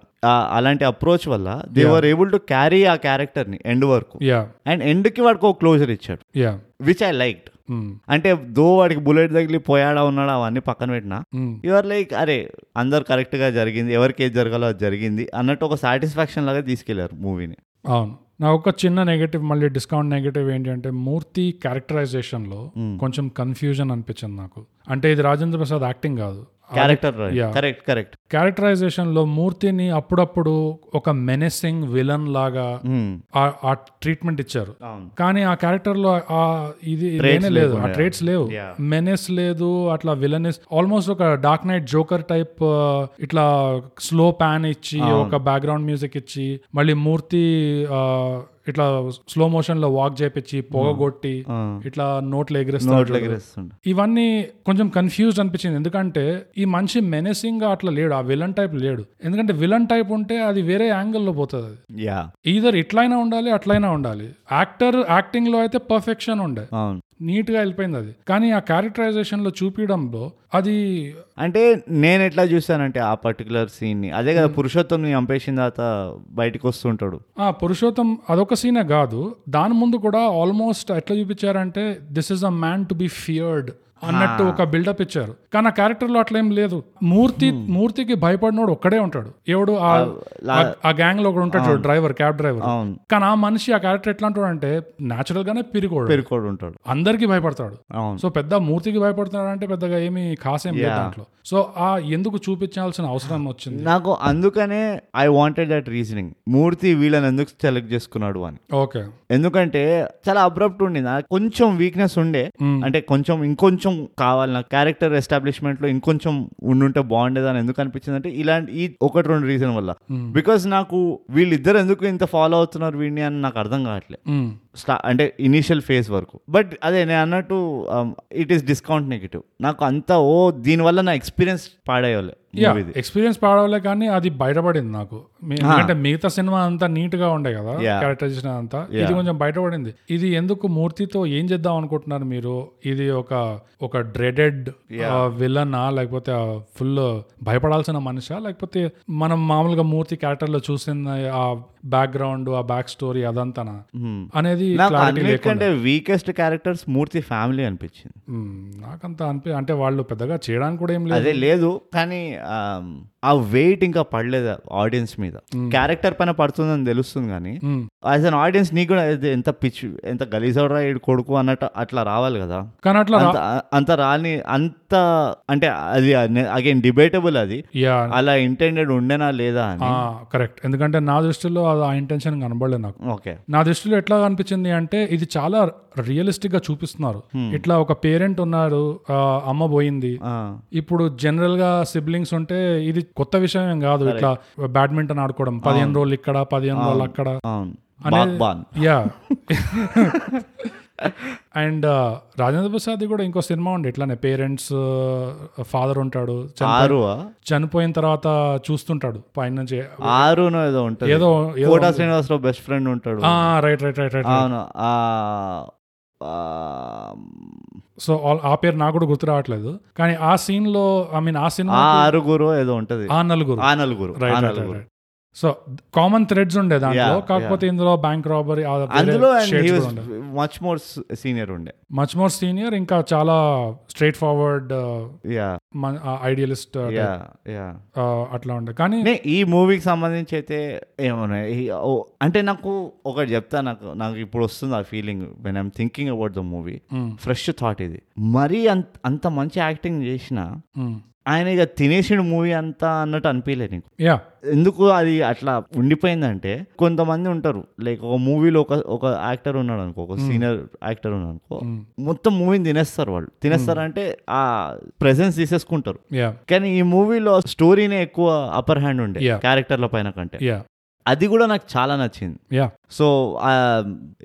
[SPEAKER 1] అలాంటి అప్రోచ్ వల్ల they were able to carry ఆ క్యారెక్టర్ ని ఎండ్ వరకు
[SPEAKER 2] యా
[SPEAKER 1] అండ్ ఎండ్ కి వాడికి ఒక క్లోజర్ ఇచ్చాడు
[SPEAKER 2] yeah
[SPEAKER 1] which I like
[SPEAKER 2] Hmm.
[SPEAKER 1] అంటే దో వాడికి బుల్లెట్ తగిలి పోయాడా ఉన్నాడా అవన్నీ పక్కన పెట్టినా
[SPEAKER 2] Hmm.
[SPEAKER 1] యువర్ లైక్ అరే అందరు correct గా జరిగింది ఎవరికి ఏది జరగాలో అది జరిగింది అన్నట్టు ఒక సాటిస్ఫాక్షన్ లాగా తీసుకెళ్లారు మూవీని
[SPEAKER 2] అవును నా ఒక చిన్న నెగటివ్ మళ్ళీ డిస్కౌంట్ నెగటివ్ ఏంటంటే మూర్తి క్యారెక్టరైజేషన్ లో కొంచెం కన్ఫ్యూజన్ అనిపించింది నాకు అంటే ఇది రాజేంద్ర ప్రసాద్ యాక్టింగ్ కాదు
[SPEAKER 1] character
[SPEAKER 2] Yeah.
[SPEAKER 1] Correct correct
[SPEAKER 2] characterization లో మూర్తిని అప్పుడప్పుడు ఒక మెనెసింగ్ విలన్ లాగా
[SPEAKER 1] Hmm.
[SPEAKER 2] ఆ- ఆ ట్రీట్మెంట్ ఇచ్చారు
[SPEAKER 1] అవును.
[SPEAKER 2] కానీ ఆ క్యారెక్టర్ లో ఆ ఇది లేనే లేదు ఆ ట్రేట్స్ లేవు
[SPEAKER 1] Yeah.
[SPEAKER 2] మెనెస్ లేదు అట్లా విలనెస్ ఆల్మోస్ట్ ఒక dark knight joker type uh, ఇట్లా స్లో ప్యాన్ ఇచ్చి ఒక బ్యాక్గ్రౌండ్ మ్యూజిక్ ఇచ్చి మళ్ళీ మూర్తి ఆ, ఇట్లా స్లో మోషన్ లో వాక్ చేపించి
[SPEAKER 1] Hmm.
[SPEAKER 2] పొగగొట్టి ఇట్లా నోట్లు ఎగిరేస్తారు
[SPEAKER 1] నోట్లోకి రేస్తుండే
[SPEAKER 2] ఇవన్నీ కొంచెం కన్ఫ్యూజ్ అనిపించింది ఎందుకంటే ఈ మనిషి మెనెసింగ్ గా అట్లా లేడు ఆ విలన్ టైప్ లేడు ఎందుకంటే విలన్ టైప్ ఉంటే అది వేరే angle లో పోతుంది అది
[SPEAKER 1] యా
[SPEAKER 2] ఈధర్ ఇట్లయినా ఉండాలి అట్లయినా ఉండాలి యాక్టర్ యాక్టింగ్ లో అయితే పర్ఫెక్షన్ ఉండే
[SPEAKER 1] అవును
[SPEAKER 2] నీట్ గా వెళ్ళిపోయింది అది కానీ ఆ క్యారెక్టరైజేషన్ లో చూపించడంలో అది
[SPEAKER 1] అంటే నేను ఎట్లా చూసానంటే ఆ పర్టికులర్ సీన్ ని అదే కదా పురుషోత్తం ని చంపేసిన తర్వాత బయటకు వస్తుంటాడు
[SPEAKER 2] ఆ పురుషోత్తం అదొక సీనే కాదు దాని ముందు కూడా ఆల్మోస్ట్ ఎట్లా చూపించారంటే this is a man to be feared అన్నట్టు ఒక బిల్డప్ ఇచ్చారు కానీ ఆ క్యారెక్టర్ లో అట్లేం లేదు మూర్తి మూర్తికి భయపడినోడు ఒక్కడే ఉంటాడు ఎవడు ఆ- ఆ- ఆ గ్యాంగ్ లో ఒకడు ఉంటాడు చూడు డ్రైవర్ క్యాబ్ డ్రైవర్
[SPEAKER 1] అవును
[SPEAKER 2] కానీ ఆ మనిషి ఆ క్యారెక్టర్ ఎట్లా ఉంటాడు అంటే న్యాచురల్ గానే పిరికోడు
[SPEAKER 1] పెరుకోడు ఉంటాడు
[SPEAKER 2] అందరికీ భయపడతాడు
[SPEAKER 1] అవును
[SPEAKER 2] సో పెద్ద మూర్తికి భయపడుతున్నాడు అంటే పెద్దగా ఏమీ కాసేం లేదు దాంట్లో సో ఆ ఎందుకు చూపించాల్సిన అవసరం వచ్చింది
[SPEAKER 1] నాకు అందుకనే I wanted that reasoning Murthy వీళ్ళని ఎందుకు సెలెక్ట్ చేసుకున్నాడు అని
[SPEAKER 2] ఓకే
[SPEAKER 1] ఎందుకంటే చాలా అబ్రప్ట్ ఉండింది నాకు కొంచెం వీక్నెస్ ఉండే అంటే కొంచెం ఇంకొంచెం కావాలి నాకు క్యారెక్టర్ ఎస్టాబ్లిష్మెంట్ లో ఇంకొంచెం ఉండుంటే బాగుండేది అని ఎందుకు అనిపించింది అంటే ఇలాంటి ఈ ఒకటి రెండు రీజన్ వల్ల బికాస్ నాకు వీళ్ళిద్దరు ఎందుకు ఇంత ఫాలో అవుతున్నారు వీడిని అని నాకు అర్థం కావట్లేదు
[SPEAKER 2] Hmm.
[SPEAKER 1] స్టా అంటే ఇనీషియల్ ఫేజ్ వరకు బట్ అదే నేను అన్నట్టు um, it is discount negative నాకు అంతా ఓ దీనివల్ల నా ఎక్స్పీరియన్స్ పాడేవాళ్ళు
[SPEAKER 2] యా ఎక్స్పీరియన్స్ పాడవలే కానీ అది బయటపడింది నాకు మీ- ఎందుకంటే మిగతా సినిమా అంతా నీట్ గా ఉండే కదా
[SPEAKER 1] Ah. Yeah.
[SPEAKER 2] క్యారెక్టరైజేషన్ అంతా ఇది కొంచెం బయటపడింది ఇది ఎందుకు మూర్తితో ఏం చేద్దాం అనుకుంటున్నారు మీరు ఇది ఒక ఒక డ్రెడెడ్ విలనా లేకపోతే ఫుల్ భయపడాల్సిన మనిషా లేకపోతే మనం మామూలుగా మూర్తి క్యారెక్టర్ లో చూసిన ఆ బ్యాక్గ్రౌండ్ ఆ బ్యాక్ స్టోరీ అదంతానా అనేది
[SPEAKER 1] Hmm. నాకు
[SPEAKER 2] clarity
[SPEAKER 1] అన్నిటికంటే వీకెస్ట్ క్యారెక్టర్స్ మూర్తి ఫ్యామిలీ అనిపించింది
[SPEAKER 2] మ్మ్. నాకంత అనిపి అంటే వాళ్ళు పెద్దగా చేయడానికి కూడా ఏం లేదు
[SPEAKER 1] అదే లేదు కానీ ఆమ్, ఆ వెయిట్ ఇంకా పడలేదు ఆడియన్స్ మీద క్యారెక్టర్ పైన పడుతుందని తెలుస్తుంది కానీ
[SPEAKER 2] మ్మ్.
[SPEAKER 1] యాజ్ అన్ ఆడియన్స్ నీకు కూడా ఇది ఎంత పిచ్ ఎంత గలీజవరా ఈడు కొడుకు అన్నట్టు అట్లా రావాలి కదా
[SPEAKER 2] కానీ అట్లా రా-
[SPEAKER 1] అంత అంత రాని అంత అంటే అది అగైన్ డిబేటబుల్ అది
[SPEAKER 2] యా
[SPEAKER 1] అలా ఇంటెండెడ్ ఉండేనా లేదా అని
[SPEAKER 2] కరెక్ట్ ఎందుకంటే నా దృష్టిలో అది ఆ ఇంటెన్షన్ కనబడలేదు నాకు
[SPEAKER 1] ఓకే
[SPEAKER 2] నా దృష్టిలో ఎట్లా అనిపించింది అంటే ఇది చాలా రియలిస్టిక్ గా చూపిస్తున్నారు ఇట్లా ఒక పేరెంట్ ఉన్నారు ఆ, అమ్మ పోయింది ఇప్పుడు జనరల్ గా సిబ్లింగ్స్ ఉంటే ఇది కొత్త విషయం ఏం కాదు ఇట్లా బ్యాడ్మింటన్ ఆడుకోవడం పదిహేను రోజులు ఇక్కడ పదిహేను రోజులు అక్కడ
[SPEAKER 1] అవును Baghban
[SPEAKER 2] yeah and Rajendra Prasad uh, కూడా ఇంకో సినిమా ఉండే ఇట్లానే పేరెంట్స్ ఫాదర్ uh, ఉంటాడు చని-
[SPEAKER 1] ఆరు
[SPEAKER 2] చనిపోయిన తర్వాత చూస్తుంటాడు పైనుంచి
[SPEAKER 1] ఆరునో ఏదో ఉంటుంది
[SPEAKER 2] ఏదో ఏదో
[SPEAKER 1] కోటా శ్రీనివాసరావు బెస్ట్ ఫ్రెండ్ ఉంటాడు
[SPEAKER 2] రైట్ రైట్ రైట్ రైట్
[SPEAKER 1] అవును ఆ, ఆ,
[SPEAKER 2] సో ఆల్ ఆ పేరు నాకు కూడా గుర్తు రావట్లేదు కానీ ఆ సీన్ లో ఐ మీన్ ఆ
[SPEAKER 1] ఆ
[SPEAKER 2] సినిమా
[SPEAKER 1] ఆరుగురు ఏదో ఉంటది
[SPEAKER 2] ఆ నలుగురు
[SPEAKER 1] ఆ నలుగురు ఆ
[SPEAKER 2] రైట్ రైట్
[SPEAKER 1] నలుగురు
[SPEAKER 2] సో కామన్ థ్రెడ్స్ ఉండే దాంట్లో
[SPEAKER 1] Yeah,
[SPEAKER 2] కాకపోతే ఇందులో బ్యాంక్ రాబరీ
[SPEAKER 1] అందులో మచ్ మోర్ సీనియర్ ఉండే
[SPEAKER 2] మచ్ మోర్ సీనియర్ ఇంకా చాలా uh, straightforward
[SPEAKER 1] yeah
[SPEAKER 2] idealist
[SPEAKER 1] yeah yeah
[SPEAKER 2] uh, అట్లా ఉండే కానీ
[SPEAKER 1] నే ఈ మూవీకి సంబంధించి అయితే ఏమన్నా ఈ- ఓ, అంటే నాకు ఒకటి చెప్తా నాకు నాకు ఇప్పుడు వస్తుంది ఆ feeling when I'm thinking about the movie fresh thought ఇది మరీ అంత అంత మంచి యాక్టింగ్ చేసిన
[SPEAKER 2] మ్,
[SPEAKER 1] ఆయన ఇక తినేసిన మూవీ అంతా అన్నట్టు అనిపించలే నీకు
[SPEAKER 2] యా
[SPEAKER 1] ఎందుకు అది అట్లా ఉండిపోయిందంటే కొంతమంది ఉంటారు లైక్ ఒక మూవీలో ఒక ఒక యాక్టర్ ఉన్నాడు అనుకో ఒక సీనియర్ యాక్టర్ ఉన్నాడు అనుకో మొత్తం మూవీని తినేస్తారు వాళ్ళు తినేస్తారంటే ఆ ప్రెసెన్స్ తీసేసుకుంటారు
[SPEAKER 2] యా
[SPEAKER 1] కానీ ఈ మూవీలో స్టోరీనే ఎక్కువ అప్పర్ హ్యాండ్ ఉండే
[SPEAKER 2] Yeah.
[SPEAKER 1] క్యారెక్టర్ల పైన కంటే
[SPEAKER 2] యా
[SPEAKER 1] అది కూడా నాకు చాలా నచ్చింది
[SPEAKER 2] yeah
[SPEAKER 1] so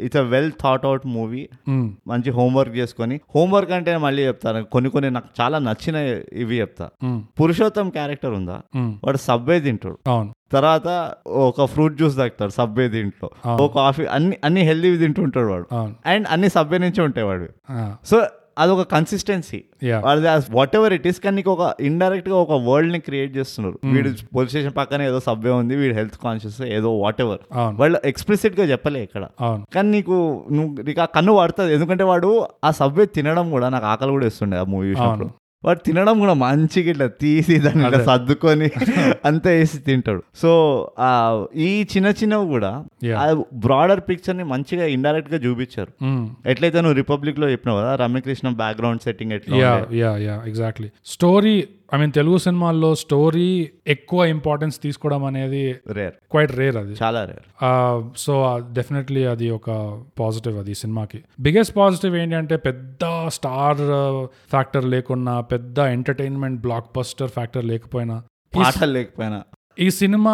[SPEAKER 1] it's a well thought out movie
[SPEAKER 2] మ్మ్.
[SPEAKER 1] మంచి హోంవర్క్ చేసుకొని హోంవర్క్ అంటే మళ్ళీ చెప్తాను కొన్ని కొన్ని నాకు చాలా నచ్చిన ఇవి చెప్తా
[SPEAKER 2] మ్మ్.
[SPEAKER 1] పురుషోత్తం క్యారెక్టర్ ఉందా
[SPEAKER 2] మ్మ్.
[SPEAKER 1] వాడు సబ్వే తింటాడు
[SPEAKER 2] అవును
[SPEAKER 1] తర్వాత ఒక ఫ్రూట్ జ్యూస్ తాగుతాడు సబ్వే దీంట్లో
[SPEAKER 2] Ah.
[SPEAKER 1] ఓ కాఫీ అన్ని అన్ని హెల్దీవి తింటుంటాడు వాడు
[SPEAKER 2] అవును
[SPEAKER 1] అండ్ అన్ని సబ్వే నుంచే ఉంటాయి వాడు
[SPEAKER 2] ఆ,
[SPEAKER 1] సో అదొక కన్సిస్టెన్సీ
[SPEAKER 2] యా
[SPEAKER 1] వాళ్ళది వాట్ ఎవర్ ఇట్ ఈస్ కానీ నీకు ఒక ఇండైరెక్ట్ గా ఒక వరల్డ్ ని క్రియేట్ చేస్తున్నారు వీడు పోలీస్ స్టేషన్ పక్కనే ఏదో సబ్వే ఉంది వీడు హెల్త్ కాన్షియస్ ఏదో వాట్ ఎవర్
[SPEAKER 2] అవును
[SPEAKER 1] వాళ్ళు ఎక్స్ప్లిసిట్ గా చెప్పలే ఇక్కడ
[SPEAKER 2] అవును
[SPEAKER 1] కానీ నీకు నువ్వు నీకు ఆ కన్ను పడుతుంది ఎందుకంటే వాడు ఆ సబ్వే తినడం కూడా నాకు ఆకలి కూడా ఇస్తుండే ఆ మూవీ విషయంలో
[SPEAKER 2] అవును.
[SPEAKER 1] వాడు తినడం కూడా మంచిగా ఇట్లా తీసి దాన్ని ఇట్లా
[SPEAKER 2] అదే.
[SPEAKER 1] సర్దుకొని అంతా వేసి తింటాడు సో ఆ, ఈ చిన్న చిన్నవి కూడా
[SPEAKER 2] Yeah.
[SPEAKER 1] ఆ బ్రాడర్ పిక్చర్ ని మంచిగా ఇండైరెక్ట్ గా చూపించారు
[SPEAKER 2] మ్మ్.
[SPEAKER 1] ఎట్లయితే నువ్వు రిపబ్లిక్ లో చెప్పినావు కదా రమ్యకృష్ణ బ్యాక్గ్రౌండ్ సెట్టింగ్ ఎట్లా
[SPEAKER 2] యా
[SPEAKER 1] ఉండే.
[SPEAKER 2] Yeah yeah exactly story I mean Telugu సినిమాల్లో స్టోరీ ఎక్కువ ఇంపార్టెన్స్ తీసుకోవడం అనేది
[SPEAKER 1] రేర్
[SPEAKER 2] క్వైట్ రేర్ అది
[SPEAKER 1] చాలా రేర్
[SPEAKER 2] సో డెఫినెట్లీ అది ఒక పాజిటివ్ అది ఈ సినిమాకి బిగ్గెస్ట్ పాజిటివ్ ఏంటంటే పెద్ద స్టార్ ఫ్యాక్టర్ లేకున్నా పెద్ద ఎంటర్టైన్మెంట్ బ్లాక్ బస్టర్ ఫ్యాక్టర్ లేకపోయినా ఈ
[SPEAKER 1] పాటలు లేకపోయినా
[SPEAKER 2] ఈ సినిమా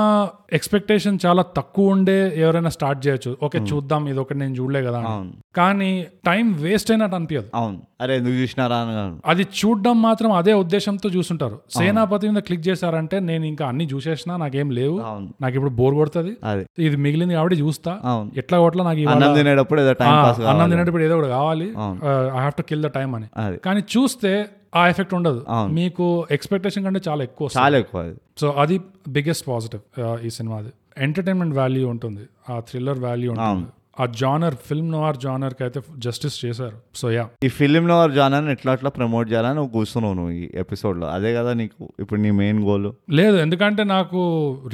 [SPEAKER 2] ఎక్స్పెక్టేషన్ చాలా తక్కువ ఉండే ఎవరైనా స్టార్ట్ చేయొచ్చు ఓకే చూద్దాం ఇది ఒకటి నేను చూడలే కదా అని.
[SPEAKER 1] అవును
[SPEAKER 2] కానీ టైం వేస్ట్ అయినట్టు అనిపించదు
[SPEAKER 1] అవును అరే ఎందుకు చూసినారా అని
[SPEAKER 2] అది చూడడం మాత్రం అదే ఉద్దేశంతో చూసుంటారు సేనాపతి మీద క్లిక్ చేశారంటే నేను ఇంకా అన్ని చూసేసినా నాకేం లేవు
[SPEAKER 1] అవును
[SPEAKER 2] నాకు ఇప్పుడు బోర్ కొడుతుంది
[SPEAKER 1] అది
[SPEAKER 2] ఇది మిగిలింది కాబట్టి చూస్తా
[SPEAKER 1] అవును
[SPEAKER 2] ఎట్లా కొట్లా నాకు ఇవాళ-
[SPEAKER 1] అన్నం తినేటప్పుడు ఏదో టైం
[SPEAKER 2] ఆ,
[SPEAKER 1] పాస్
[SPEAKER 2] అన్నం తినేటప్పుడు ఏదో ఒకటి కావాలి
[SPEAKER 1] అవును.
[SPEAKER 2] I have to kill the time అని
[SPEAKER 1] అది
[SPEAKER 2] కానీ చూస్తే ఆ ఎఫెక్ట్ ఉండదు
[SPEAKER 1] అవును.
[SPEAKER 2] మీకు ఎక్స్పెక్టేషన్ కంటే చాలా ఎక్కువ వస్తుంది.
[SPEAKER 1] చాలా ఎక్కువ అది
[SPEAKER 2] సో అది బిగ్గెస్ట్ పాజిటివ్ ఈ సినిమాది ఎంటర్టైన్మెంట్ వాల్యూ ఉంటుంది ఆ థ్రిల్లర్ వాల్యూ ఉంటుంది ఆ జానర్ ఫిల్మ్ నోఆర్ జానర్ కి అయితే జస్టిస్ చేశారు సో యా
[SPEAKER 1] ఈ ఫిలిం నోర్ జానర్ ఎట్లా అట్లా ప్రమోట్ చేయాలని నువ్వు కూర్చున్నావు నువ్వు ఈ ఎపిసోడ్లో అదే కదా నీకు ఇప్పుడు నీ మెయిన్ గోల్
[SPEAKER 2] లేదు ఎందుకంటే నాకు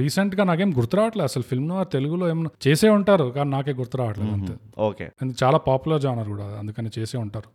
[SPEAKER 2] రీసెంట్ గా నాకేం గుర్తు రావట్లేదు అసలు ఫిల్మ్ నోఆర్ తెలుగులో ఏమన్నా చేసే ఉంటారు కానీ నాకే గుర్తు రావట్లేదు అంతే
[SPEAKER 1] ఓకే
[SPEAKER 2] అండ్ చాలా పాపులర్ జానర్ కూడా అది, అందుకని చేసే ఉంటారు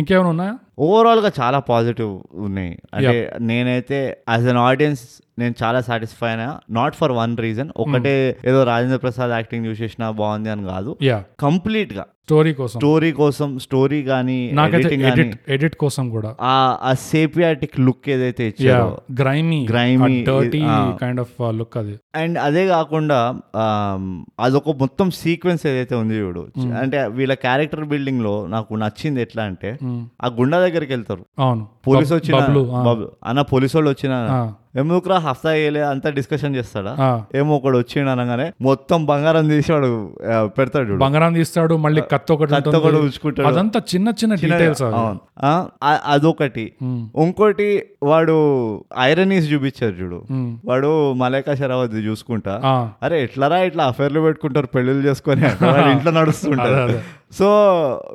[SPEAKER 2] ఇంకేమైనా ఉన్నాయా
[SPEAKER 1] ఓవరాల్గా చాలా పాజిటివ్ ఉన్నాయి అంటే నేనైతే యాజ్ అన్ ఆడియన్స్ నేను చాలా సాటిస్ఫై అయినా నాట్ ఫర్ వన్ రీజన్ ఒకటే ఏదో రాజేంద్ర ప్రసాద్ యాక్టింగ్ చూసేసిన బాగుంది అని కాదు
[SPEAKER 2] యా
[SPEAKER 1] కంప్లీట్గా
[SPEAKER 2] స్టోరీ కోసం
[SPEAKER 1] స్టోరీ కోసం స్టోరీ కానీ
[SPEAKER 2] నాకైతే
[SPEAKER 1] ఎడిటింగ్ కానీ
[SPEAKER 2] ఎడిట్ ఎడిట్ కోసం కూడా
[SPEAKER 1] ఆ సేపియాటిక్ లుక్ ఏదైతే
[SPEAKER 2] యా
[SPEAKER 1] ఇచ్చారో
[SPEAKER 2] గ్రైమీ
[SPEAKER 1] Grimy,
[SPEAKER 2] డర్టీ
[SPEAKER 1] ఆ.
[SPEAKER 2] కైండ్ ఆఫ్ లుక్ uh, అది
[SPEAKER 1] అండ్ అదే కాకుండా ఆమ్, అదొక మొత్తం సీక్వెన్స్ ఏదైతే ఉంది చూడు అంటే వీళ్ళ క్యారెక్టర్ బిల్డింగ్ లో నాకు నచ్చింది ఎట్లా అంటే
[SPEAKER 2] మ్మ్.
[SPEAKER 1] ఆ గుండా దగ్గరికి వెళ్తారు
[SPEAKER 2] అవును
[SPEAKER 1] పోలీసు వచ్చిన
[SPEAKER 2] బబ్లు, ఆ.
[SPEAKER 1] బబ్లు, అన్న పోలీసు వాళ్ళు వచ్చిన
[SPEAKER 2] ఆ,
[SPEAKER 1] ఎముకరా హఫ్తా వేయలే అంతా డిస్కషన్ చేస్తాడా
[SPEAKER 2] ఆ.
[SPEAKER 1] ఏమో ఒకడు వచ్చిండు అనగానే మొత్తం బంగారం తీసి వాడు ఆ, పెడతాడు చూడు
[SPEAKER 2] బంగారం తీస్తాడు మళ్ళీ కత్తి ఒకటి
[SPEAKER 1] కత్తి
[SPEAKER 2] ఉంటుంది.
[SPEAKER 1] ఒకటి ఉంచుకుంటాడు.
[SPEAKER 2] అదంతా చిన్న చిన్న డీటెయిల్స్ అవి
[SPEAKER 1] అవును. ఆ, ఆ- అదొకటి
[SPEAKER 2] మ్మ్.
[SPEAKER 1] ఇంకోటి వాడు ఐరనీస్ చూపించారు చూడు
[SPEAKER 2] మ్మ్.
[SPEAKER 1] వాడు మలైకా షరావత్ చూసుకుంటా
[SPEAKER 2] ఆ,
[SPEAKER 1] అరే ఎట్లరా ఇట్లా అఫైర్లు పెట్టుకుంటారు పెళ్ళిళ్ళు చేసుకొని అంటే వాడు ఇంట్లో నడుస్తుంటారు
[SPEAKER 2] అదే, అదే.
[SPEAKER 1] సో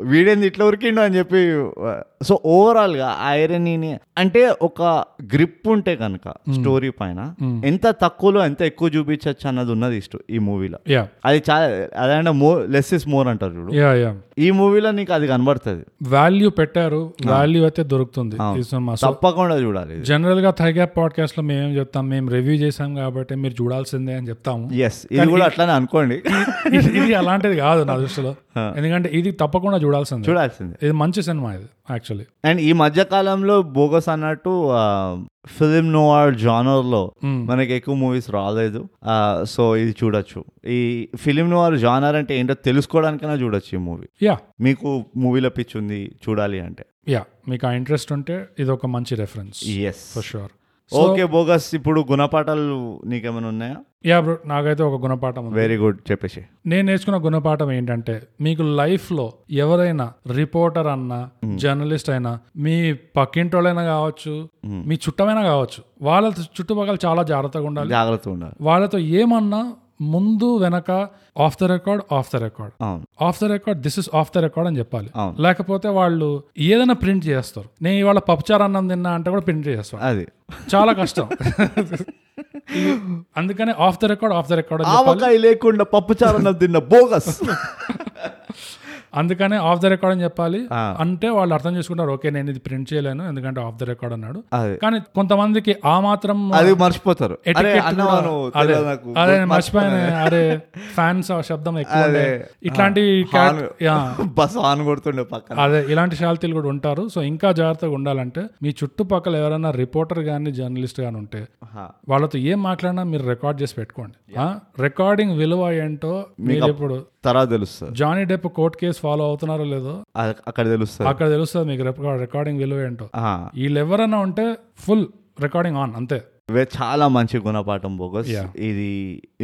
[SPEAKER 1] వీడేంది ఇట్లా ఉరికిండు అని చెప్పి సో ఓవరాల్ గా ఐరనీని అంటే ఒక గ్రిప్ ఉంటే కనుక స్టోరీ పైన ఎంత తక్కువలో ఎంత ఎక్కువ చూపించవచ్చు అన్నది ఉన్నది ఇష్టం ఈ మూవీలో
[SPEAKER 2] యా
[SPEAKER 1] అది చాలా అదే మోర్ లెస్ ఇస్ మోర్ అంటారు చూడు
[SPEAKER 2] యా యా
[SPEAKER 1] ఈ మూవీలో నీకు అది కనబడుతుంది
[SPEAKER 2] వాల్యూ పెట్టారు వాల్యూ అయితే దొరుకుతుంది ఈ సినిమా సో
[SPEAKER 1] తప్పకుండా చూడాలి ఇది
[SPEAKER 2] జనరల్ గా థైగ్యాప్ పాడ్కాస్ట్ లో మేము చెప్తాం మేము రివ్యూ చేసాం కాబట్టి మీరు చూడాల్సిందే అని చెప్తాము
[SPEAKER 1] ఎస్ ఇది కూడా అట్లానే అనుకోండి
[SPEAKER 2] ఇది- ఇది అలాంటిది కాదు నా దృష్టిలో ఎందుకంటే ఇది తప్పకుండా చూడాల్సిందే
[SPEAKER 1] చూడాల్సిందే
[SPEAKER 2] ఇది మంచి సినిమా ఇది యాక్చువల్లీ
[SPEAKER 1] అండ్ ఈ మధ్య కాలంలో బోగస్ అన్నట్టు ఫిలిం నోవార్ జానర్ లో మనకి ఎక్కువ మూవీస్ రాలేదు సో ఇది చూడొచ్చు ఈ ఫిలిం నోవార్ జానర్ అంటే ఏంటో తెలుసుకోవడానికైనా చూడొచ్చు ఈ మూవీ
[SPEAKER 2] యా
[SPEAKER 1] మీకు మూవీలో పిచ్ ఉంది చూడాలి అంటే
[SPEAKER 2] యా మీకు ఆ ఇంట్రెస్ట్ ఉంటే ఇది ఒక మంచి reference
[SPEAKER 1] yes
[SPEAKER 2] for sure
[SPEAKER 1] okay bogus ఇప్పుడు గుణపాఠాలు నీకేమైనా ఉన్నాయా
[SPEAKER 2] యా బ్రో నాకైతే ఒక గుణపాఠం ఉంది
[SPEAKER 1] వెరీ గుడ్ చెప్పేసి
[SPEAKER 2] నేను నేర్చుకున్న గుణపాఠం ఏంటంటే మీకు లైఫ్ లో ఎవరైనా రిపోర్టర్ అన్నా జర్నలిస్ట్ అయినా మీ పక్కింటోళ్ళైనా కావచ్చు మీ చుట్టమైనా కావచ్చు వాళ్ళ చుట్టుపక్కల చాలా జాగ్రత్తగా ఉండాలి
[SPEAKER 1] జాగ్రత్త ఉండాలి
[SPEAKER 2] వాళ్ళతో ఏమన్నా ముందు వెనక off the record off the record
[SPEAKER 1] అవును
[SPEAKER 2] off the record this is off the record అని చెప్పాలి
[SPEAKER 1] అవును.
[SPEAKER 2] లేకపోతే వాళ్ళు ఏదైనా ప్రింట్ చేస్తారు నేను ఇవాళ పప్పుచారు అన్నం తిన్నా అంటే కూడా ప్రింట్ చేస్తాను
[SPEAKER 1] అది
[SPEAKER 2] చాలా కష్టం అందుకనే off the record off the record
[SPEAKER 1] ఆవకాయ లేకుండా పప్పు చారన్న తిన్న బోగస్
[SPEAKER 2] అందుకనే ఆఫ్ ద రికార్డ్ అని చెప్పాలి అంటే వాళ్ళు అర్థం చేసుకుంటారు ఓకే నేను ఇది ప్రింట్ చేయలేను ఎందుకంటే ఆఫ్ ద రికార్డ్ అన్నాడు
[SPEAKER 1] అదే.
[SPEAKER 2] కానీ కొంతమందికి ఆ మాత్రం
[SPEAKER 1] అది మర్చిపోతారు అరే
[SPEAKER 2] etiquette
[SPEAKER 1] అన్న
[SPEAKER 2] కూడా-
[SPEAKER 1] నువ్వు
[SPEAKER 2] అదే
[SPEAKER 1] తెలియదు నాకు
[SPEAKER 2] అదే నేను మర్చిపోయాను అరే ఫ్యాన్స్ ఆ శబ్దం ఎక్కువ ఉండే. ఇట్లాంటి cat- యా.
[SPEAKER 1] బస్ ఆన్ కొడుతుండే పక్కన
[SPEAKER 2] అదే ఇలాంటి శాల్తీలు కూడా ఉంటారు సో ఇంకా జాగ్రత్తగా ఉండాలంటే మీ చుట్టుపక్కల ఎవరైనా రిపోర్టర్ కానీ జర్నలిస్ట్ కానీ ఉంటే
[SPEAKER 1] ఆహా.
[SPEAKER 2] వాళ్ళతో ఏం మాట్లాడినా మీరు రికార్డ్ చేసి పెట్టుకోండి ఆ రికార్డింగ్ విలువ ఏంటో మీరు ఇప్పుడు
[SPEAKER 1] తర్వాత తెలుస్తుంది
[SPEAKER 2] Johnny Depp court case follow అవుతున్నారో లేదో
[SPEAKER 1] అ- అక్కడ తెలుస్తుంది
[SPEAKER 2] అక్కడ తెలుస్తుంది మీకు రికార్డ్ రికార్డింగ్ విలువ ఏంటో
[SPEAKER 1] ఆహా.
[SPEAKER 2] వీళ్ళు ఎవరైనా ఉంటే ఫుల్ రికార్డింగ్ ఆన్ అంతే
[SPEAKER 1] ఇవే చాలా మంచి గుణపాఠం బోగస్
[SPEAKER 2] Yeah.
[SPEAKER 1] ఇది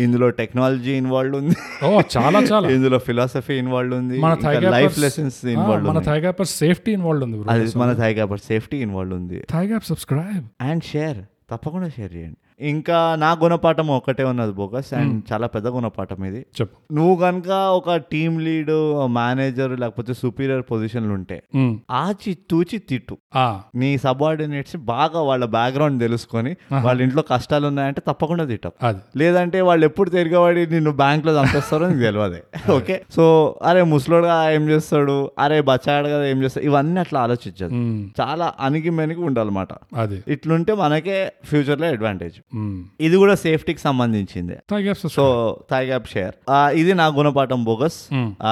[SPEAKER 1] ఇందులో టెక్నాలజీ ఇన్వాల్వ్ ఉంది
[SPEAKER 2] ఓ చాలా చాలా
[SPEAKER 1] ఇందులో ఫిలాసఫీ ఇన్వాల్వ్ ఉంది
[SPEAKER 2] మన థైగాపర్స్-
[SPEAKER 1] లైఫ్ లెసన్స్
[SPEAKER 2] ఆ,
[SPEAKER 1] ఇన్వాల్వ్
[SPEAKER 2] మన థైగాపర్ సేఫ్టీ ఇన్వాల్వ్ ఉంది
[SPEAKER 1] అది మన థైగాపర్ సేఫ్టీ ఇన్వాల్వ్ ఉంది
[SPEAKER 2] థైగాప్ సబ్స్క్రైబ్
[SPEAKER 1] అండ్ షేర్ తప్పకుండా షేర్ చేయండి ఇంకా నా గుణపాఠం ఒకటే ఉన్నది బోగస్ అండ్ చాలా పెద్ద గుణపాఠం ఇది
[SPEAKER 2] చెప్పు
[SPEAKER 1] నువ్వు కనుక ఒక టీమ్ లీడ్ మేనేజర్ లేకపోతే సుపీరియర్ పొజిషన్లు ఉంటే
[SPEAKER 2] ఉమ్.
[SPEAKER 1] ఆచి తూచి తిట్టు
[SPEAKER 2] ఆ,
[SPEAKER 1] నీ సబార్డినేట్స్ బాగా వాళ్ళ బ్యాక్గ్రౌండ్ తెలుసుకొని వాళ్ళ ఇంట్లో కష్టాలు ఉన్నాయంటే తప్పకుండా తిట్టవు
[SPEAKER 2] అది
[SPEAKER 1] లేదంటే వాళ్ళు ఎప్పుడు తిరగబడి నిన్ను బ్యాంక్లో చంపేస్తారో నీకు తెలియదు ఓకే సో అరే ముసలోడుగా ఏం చేస్తాడు అరే బచ్చాడు కదా ఏం చేస్తాడు ఇవన్నీ అట్లా ఆలోచించదు
[SPEAKER 2] ఉమ్,
[SPEAKER 1] చాలా అణిగి మెనిగి ఉండాలన్నమాట
[SPEAKER 2] అది
[SPEAKER 1] ఇట్లుంటే మనకే ఫ్యూచర్లో అడ్వాంటేజ్
[SPEAKER 2] ఉమ్.
[SPEAKER 1] ఇది కూడా సేఫ్టీకి సంబంధించింది
[SPEAKER 2] thigh gap
[SPEAKER 1] so
[SPEAKER 2] subscribe
[SPEAKER 1] thigh gap share ఆ, ఇది నా గుణపాఠం బోగస్
[SPEAKER 2] ఉమ్.
[SPEAKER 1] ఆ,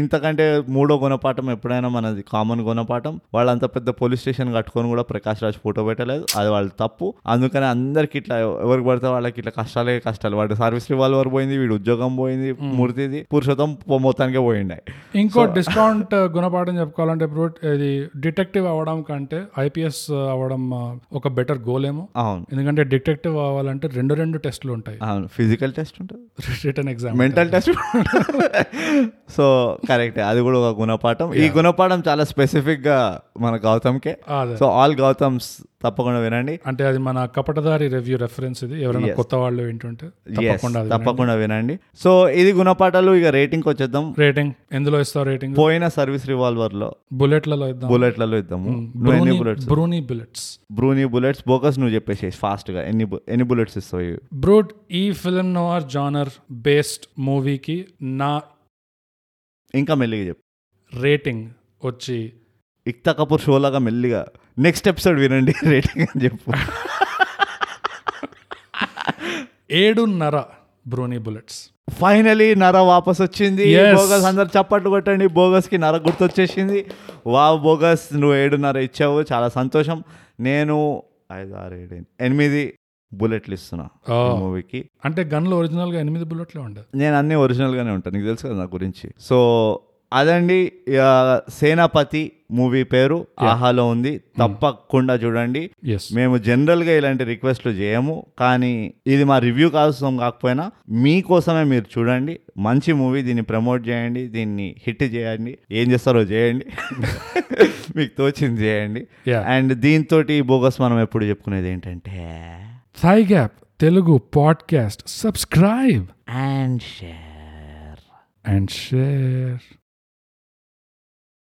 [SPEAKER 1] ఇంతకంటే మూడో గుణపాఠం ఎప్పుడైనా మనది కామన్ గుణపాఠం వాళ్ళంత పెద్ద పోలీస్ స్టేషన్ కట్టుకొని కూడా ప్రకాష్ రాజ్ ఫోటో పెట్టలేదు అది వాళ్ళ తప్పు అందుకని అందరికి ఇట్లా ఎవరికి పడితే వాళ్ళకి ఇట్లా కష్టాలే కష్టాలు వాడి సర్వీస్ రివాల్వర్ పోయింది వీడి ఉద్యోగం పోయింది మూర్తిది పురుషోత్తం పొ- మొత్తానికే పోయిండే
[SPEAKER 2] ఇంకో డిస్కౌంట్ uh, గుణపాఠం చెప్పుకోవాలంటే ఇప్పుడు ఇది డిటెక్టివ్ అవ్వడం కంటే ఐపీఎస్ uh, అవ్వడం ఆ, ఒక బెటర్ గోల్ ఏమో
[SPEAKER 1] అవును
[SPEAKER 2] ఎందుకంటే డిటెక్టివ్ అవ్వాలంటే రెండు రెండు టెస్టులు ఉంటాయి
[SPEAKER 1] అవును ఫిజికల్ టెస్ట్ ఉంటుంది
[SPEAKER 2] written exam
[SPEAKER 1] mental test so correct అది కూడా ఒక గుణపాఠం ఈ గుణపాఠం చాలా స్పెసిఫిక్ గా మన గౌతమ్కే
[SPEAKER 2] అదే
[SPEAKER 1] సో ఆల్ గౌతమ్స్ తప్పకుండా వినండి
[SPEAKER 2] అంటే అది మన కపటదారి రివ్యూ రెఫరెన్స్ ఇది ఎవరైనా కొత్త వాళ్ళు ఏంటంటే
[SPEAKER 1] Yes,
[SPEAKER 2] తప్పకుండా
[SPEAKER 1] తప్పకుండా వినండి సో ఇది గుణపాఠాలు ఇక రేటింగ్ వచ్చేద్దాం
[SPEAKER 2] రేటింగ్ ఎందులో ఇస్తావు రేటింగ్
[SPEAKER 1] పోయిన సర్వీస్ రివాల్వర్ లో
[SPEAKER 2] బుల్లెట్లలో ఇద్దాం Hmm.
[SPEAKER 1] బుల్లెట్లలో ఇద్దాము నువ్వు ఎన్ని
[SPEAKER 2] బ్రూనీ
[SPEAKER 1] బుల్లెట్స్
[SPEAKER 2] బ్రూనీ బుల్లెట్స్
[SPEAKER 1] బ్రూని బుల్లెట్స్ బోకస్ నువ్వు చెప్పేసి ఫాస్ట్ గా ఎన్ని bu- ఎన్ని బుల్లెట్స్ ఇస్తావు ఇవి?
[SPEAKER 2] బ్రూట్ ఈ ఫిల్మ్ నోవర్ జానర్ బేస్డ్ మూవీకి నా
[SPEAKER 1] ఇంకా మెల్లిగా చెప్పు
[SPEAKER 2] రేటింగ్ వచ్చి
[SPEAKER 1] ఇక్తా కపూర్ షో లాగా మెల్లిగా నెక్స్ట్ ఎపిసోడ్ వినండి రేటింగ్ అని చెప్పు
[SPEAKER 2] ఏడున్నర బ్రూనీ బుల్లెట్స్
[SPEAKER 1] ఫైనలీ నర వాపస్ వచ్చింది
[SPEAKER 2] Yes.
[SPEAKER 1] బోగస్ అందరు చప్పట్లు కొట్టండి బోగస్ కి నర గుర్తొచ్చేసింది వా బోగస్ నువ్వు ఏడున్నర ఇచ్చావు చాలా సంతోషం నేను ఐదు ఆరు ఏడు ఎనిమిది- ఎనిమిది బుల్లెట్లు ఇస్తున్నా
[SPEAKER 2] ఆ.
[SPEAKER 1] ఈ మూవీకి
[SPEAKER 2] అంటే గన్లో ఒరిజినల్గా ఎనిమిది బుల్లెట్లే ఉండదు
[SPEAKER 1] నేను అన్ని ఒరిజినల్ గానే ఉంటాను నీకు తెలుసు కదా నా గురించి సో అదండి ఆ, సేనాపతి మూవీ పేరు ఆహాలో ఉంది తప్పకుండా చూడండి
[SPEAKER 2] ఎస్
[SPEAKER 1] మేము జనరల్గా ఇలాంటి రిక్వెస్ట్లు చేయము కానీ ఇది మా రివ్యూ కోసం కాకపోయినా మీకోసమే మీరు చూడండి మంచి మూవీ దీన్ని ప్రమోట్ చేయండి దీన్ని హిట్ చేయండి ఏం చేస్తారో చేయండి మీకు తోచింది చేయండి
[SPEAKER 2] Yeah.
[SPEAKER 1] అండ్ దీంతో బోగస్ మనం ఎప్పుడు చెప్పుకునేది ఏంటంటే
[SPEAKER 2] thigh gap Telugu podcast subscribe
[SPEAKER 1] and share
[SPEAKER 2] and share